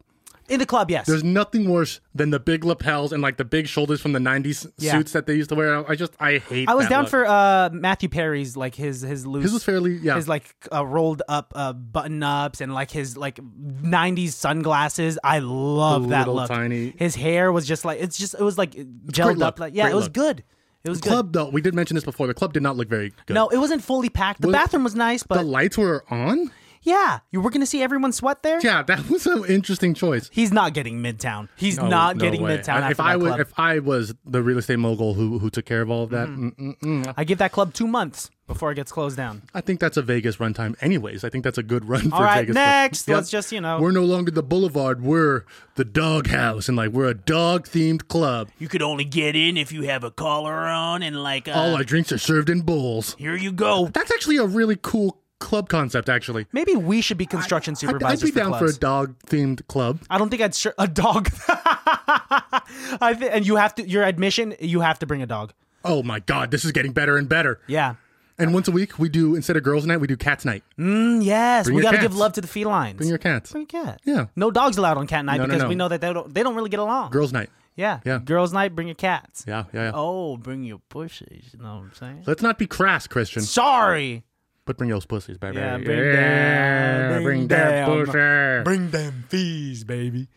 Speaker 2: In the club, yes.
Speaker 1: There's nothing worse than the big lapels and like the big shoulders from the '90s
Speaker 2: Yeah.
Speaker 1: suits that they used to wear. I just I hate.
Speaker 2: I was
Speaker 1: that
Speaker 2: down
Speaker 1: look.
Speaker 2: for uh, Matthew Perry's like his his loose
Speaker 1: His was fairly yeah.
Speaker 2: his, like uh, rolled up uh, button ups and like his like '90s sunglasses. I love
Speaker 1: The
Speaker 2: that
Speaker 1: little
Speaker 2: look.
Speaker 1: tiny-
Speaker 2: His hair was just like it's just it was like gelled
Speaker 1: look.
Speaker 2: up. Like yeah,
Speaker 1: Great
Speaker 2: it was
Speaker 1: look.
Speaker 2: good. It was
Speaker 1: club though we did mention this before the club did not look very good
Speaker 2: good. No, it wasn't fully packed. The
Speaker 1: Was-
Speaker 2: bathroom was nice,
Speaker 1: the
Speaker 2: but
Speaker 1: lights were on
Speaker 2: yeah, you were gonna see everyone sweat there.
Speaker 1: yeah that was an interesting choice
Speaker 2: He's not getting midtown. He's
Speaker 1: No-
Speaker 2: not
Speaker 1: no
Speaker 2: getting
Speaker 1: way.
Speaker 2: midtown.
Speaker 1: I-
Speaker 2: after
Speaker 1: if i
Speaker 2: that
Speaker 1: was
Speaker 2: club.
Speaker 1: if i was the real estate mogul who who took care of all of
Speaker 2: Mm-hmm.
Speaker 1: that mm, mm, mm,
Speaker 2: I give that club two months before it gets closed down.
Speaker 1: i think that's a vegas runtime anyways i think that's a good run for
Speaker 2: All right,
Speaker 1: vegas
Speaker 2: next.
Speaker 1: Yep.
Speaker 2: Let's just you know
Speaker 1: we're no longer the boulevard we're the doghouse and like we're a dog themed club
Speaker 4: You could only get in if you have a collar on and like uh,
Speaker 1: all our drinks are served in bowls
Speaker 4: here you go.
Speaker 1: that's actually a really cool club concept actually
Speaker 2: Maybe we should be construction
Speaker 1: I'd- I'd,
Speaker 2: supervisors
Speaker 1: be
Speaker 2: for
Speaker 1: down
Speaker 2: clubs.
Speaker 1: for a dog themed club
Speaker 2: I don't think I'd str- a dog. I th- and you have to your admission. You have to bring a dog.
Speaker 1: oh my god this is getting better and better
Speaker 2: Yeah.
Speaker 1: And once a week, we do instead of girls' night, we do cats' night.
Speaker 2: Mm, yes, we
Speaker 1: your
Speaker 2: got to
Speaker 1: cats.
Speaker 2: give love to the felines.
Speaker 1: Bring your cats.
Speaker 2: Bring your cat.
Speaker 1: Yeah.
Speaker 2: No dogs allowed on cat night
Speaker 1: No, no,
Speaker 2: because
Speaker 1: no.
Speaker 2: we know that they don't they don't really get along.
Speaker 1: Girls' night.
Speaker 2: yeah.
Speaker 1: Yeah.
Speaker 2: Girls night. Bring your cats.
Speaker 1: Yeah, yeah, yeah.
Speaker 2: Oh, bring your pussies. You know what I'm saying?
Speaker 1: Let's not be crass, Christian.
Speaker 2: Sorry.
Speaker 1: But bring those pussies, baby.
Speaker 2: Yeah, bring them, bring
Speaker 1: that
Speaker 2: them.
Speaker 1: pussy. Bring,
Speaker 2: Bring them fees, baby.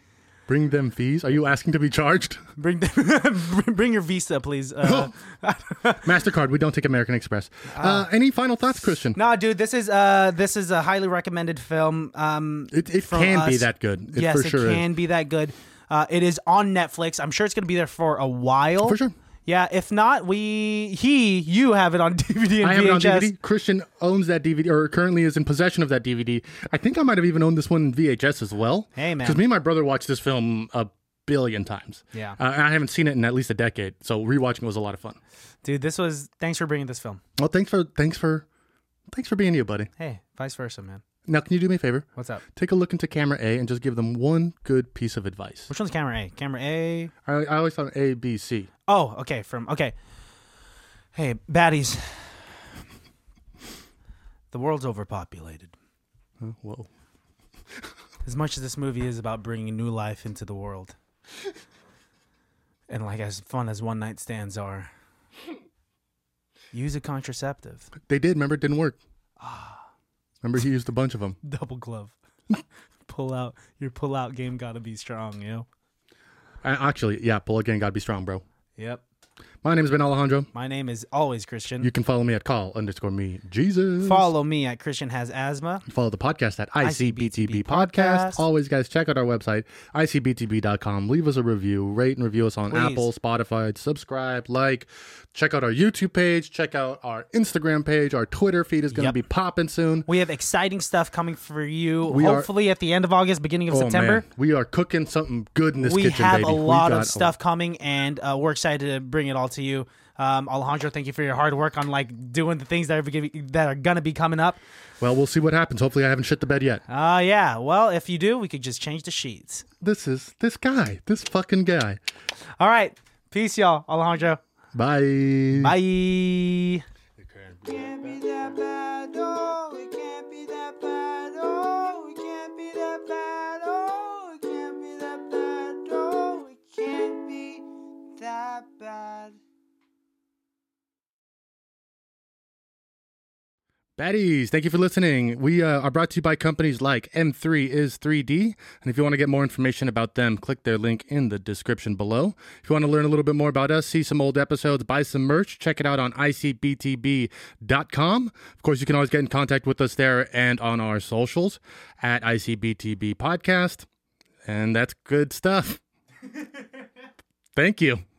Speaker 1: them fees. Are you asking to be charged?
Speaker 2: Bring them. bring your visa, please. Uh,
Speaker 1: Mastercard. We don't take American Express. Uh, any final thoughts, Christian?
Speaker 2: Ah. no, dude, this is uh, this is a highly recommended film. Um,
Speaker 1: It, it
Speaker 2: from
Speaker 1: can be
Speaker 2: us.
Speaker 1: that good. It
Speaker 2: yes,
Speaker 1: for sure
Speaker 2: it
Speaker 1: is.
Speaker 2: can be that good. Uh, it is on Netflix. I'm sure it's going to be there for a while.
Speaker 1: For sure.
Speaker 2: Yeah. If not, we he you have it on DVD and
Speaker 1: I have it on
Speaker 2: VHS.
Speaker 1: DVD. Christian owns that DVD, or currently is in possession of that DVD. I think I might have even owned this one in VHS as well.
Speaker 2: Hey, man.
Speaker 1: because me and my brother watched this film a billion times.
Speaker 2: Yeah.
Speaker 1: uh, and I haven't seen it in at least a decade, so rewatching was a lot of fun.
Speaker 2: Dude, this was thanks for bringing this film.
Speaker 1: Well, thanks for thanks for thanks for being you, buddy.
Speaker 2: Hey, vice versa, man.
Speaker 1: Now, can you do me a favor?
Speaker 2: What's up?
Speaker 1: Take a look into camera A and just give them one good piece of advice.
Speaker 2: Which one's camera A? Camera A.
Speaker 1: I, I always thought A, B, C.
Speaker 2: Oh, okay. From okay. Hey, baddies. The world's overpopulated.
Speaker 1: Huh, Oh, Whoa.
Speaker 2: As much as this movie is about bringing new life into the world, and like as fun as one night stands are, use a contraceptive.
Speaker 1: They did. Remember, it didn't work.
Speaker 2: Ah.
Speaker 1: Remember, he used a bunch of them.
Speaker 2: Double glove. pull out your pull out game. Gotta be strong, yo.
Speaker 1: actually, yeah, pull again. Gotta be strong, bro.
Speaker 2: Yep.
Speaker 1: My name's been Alejandro.
Speaker 2: My name is always Christian.
Speaker 1: You can follow me at call underscore me Jesus.
Speaker 2: Follow me at Christian has asthma.
Speaker 1: Follow the podcast at ICBTB
Speaker 2: ICBTB
Speaker 1: Podcast.
Speaker 2: Podcast.
Speaker 1: Always, guys, check out our website, ICBTB.com. Leave us a review, rate and review us on
Speaker 2: Please.
Speaker 1: Apple, Spotify, subscribe, like, check out our YouTube page, check out our Instagram page. Our Twitter feed is going to
Speaker 2: Yep.
Speaker 1: be popping soon.
Speaker 2: We have exciting stuff coming for you.
Speaker 1: We are-
Speaker 2: hopefully at the end of August, beginning of
Speaker 1: Oh,
Speaker 2: September.
Speaker 1: man, we are cooking something good in this
Speaker 2: we
Speaker 1: kitchen,
Speaker 2: have
Speaker 1: baby.
Speaker 2: a lot
Speaker 1: got
Speaker 2: of stuff coming, and uh, we're excited to bring it all to you. Um, Alejandro, thank you for your hard work on like doing the things that are beginning- that are gonna be coming up.
Speaker 1: Well, we'll see what happens. Hopefully, I haven't shit the bed yet.
Speaker 2: Uh yeah. Well, if you do, we could just change the sheets.
Speaker 1: This is this guy, this fucking guy.
Speaker 2: All right. Peace, y'all. Alejandro.
Speaker 1: Bye.
Speaker 2: Bye.
Speaker 3: can't be that bad. Oh, it can't be that bad. Oh, it can't be that bad. Oh, it can't be that bad. Oh, it can't be that bad.
Speaker 1: Baddies, thank you for listening. We uh, are brought to you by companies like M3 is 3D. And if you want to get more information about them, click their link in the description below. If you want to learn a little bit more about us, see some old episodes, buy some merch, check it out on icbtb.com. Of course, you can always get in contact with us there and on our socials at ICBTB Podcast. And that's good stuff. thank you.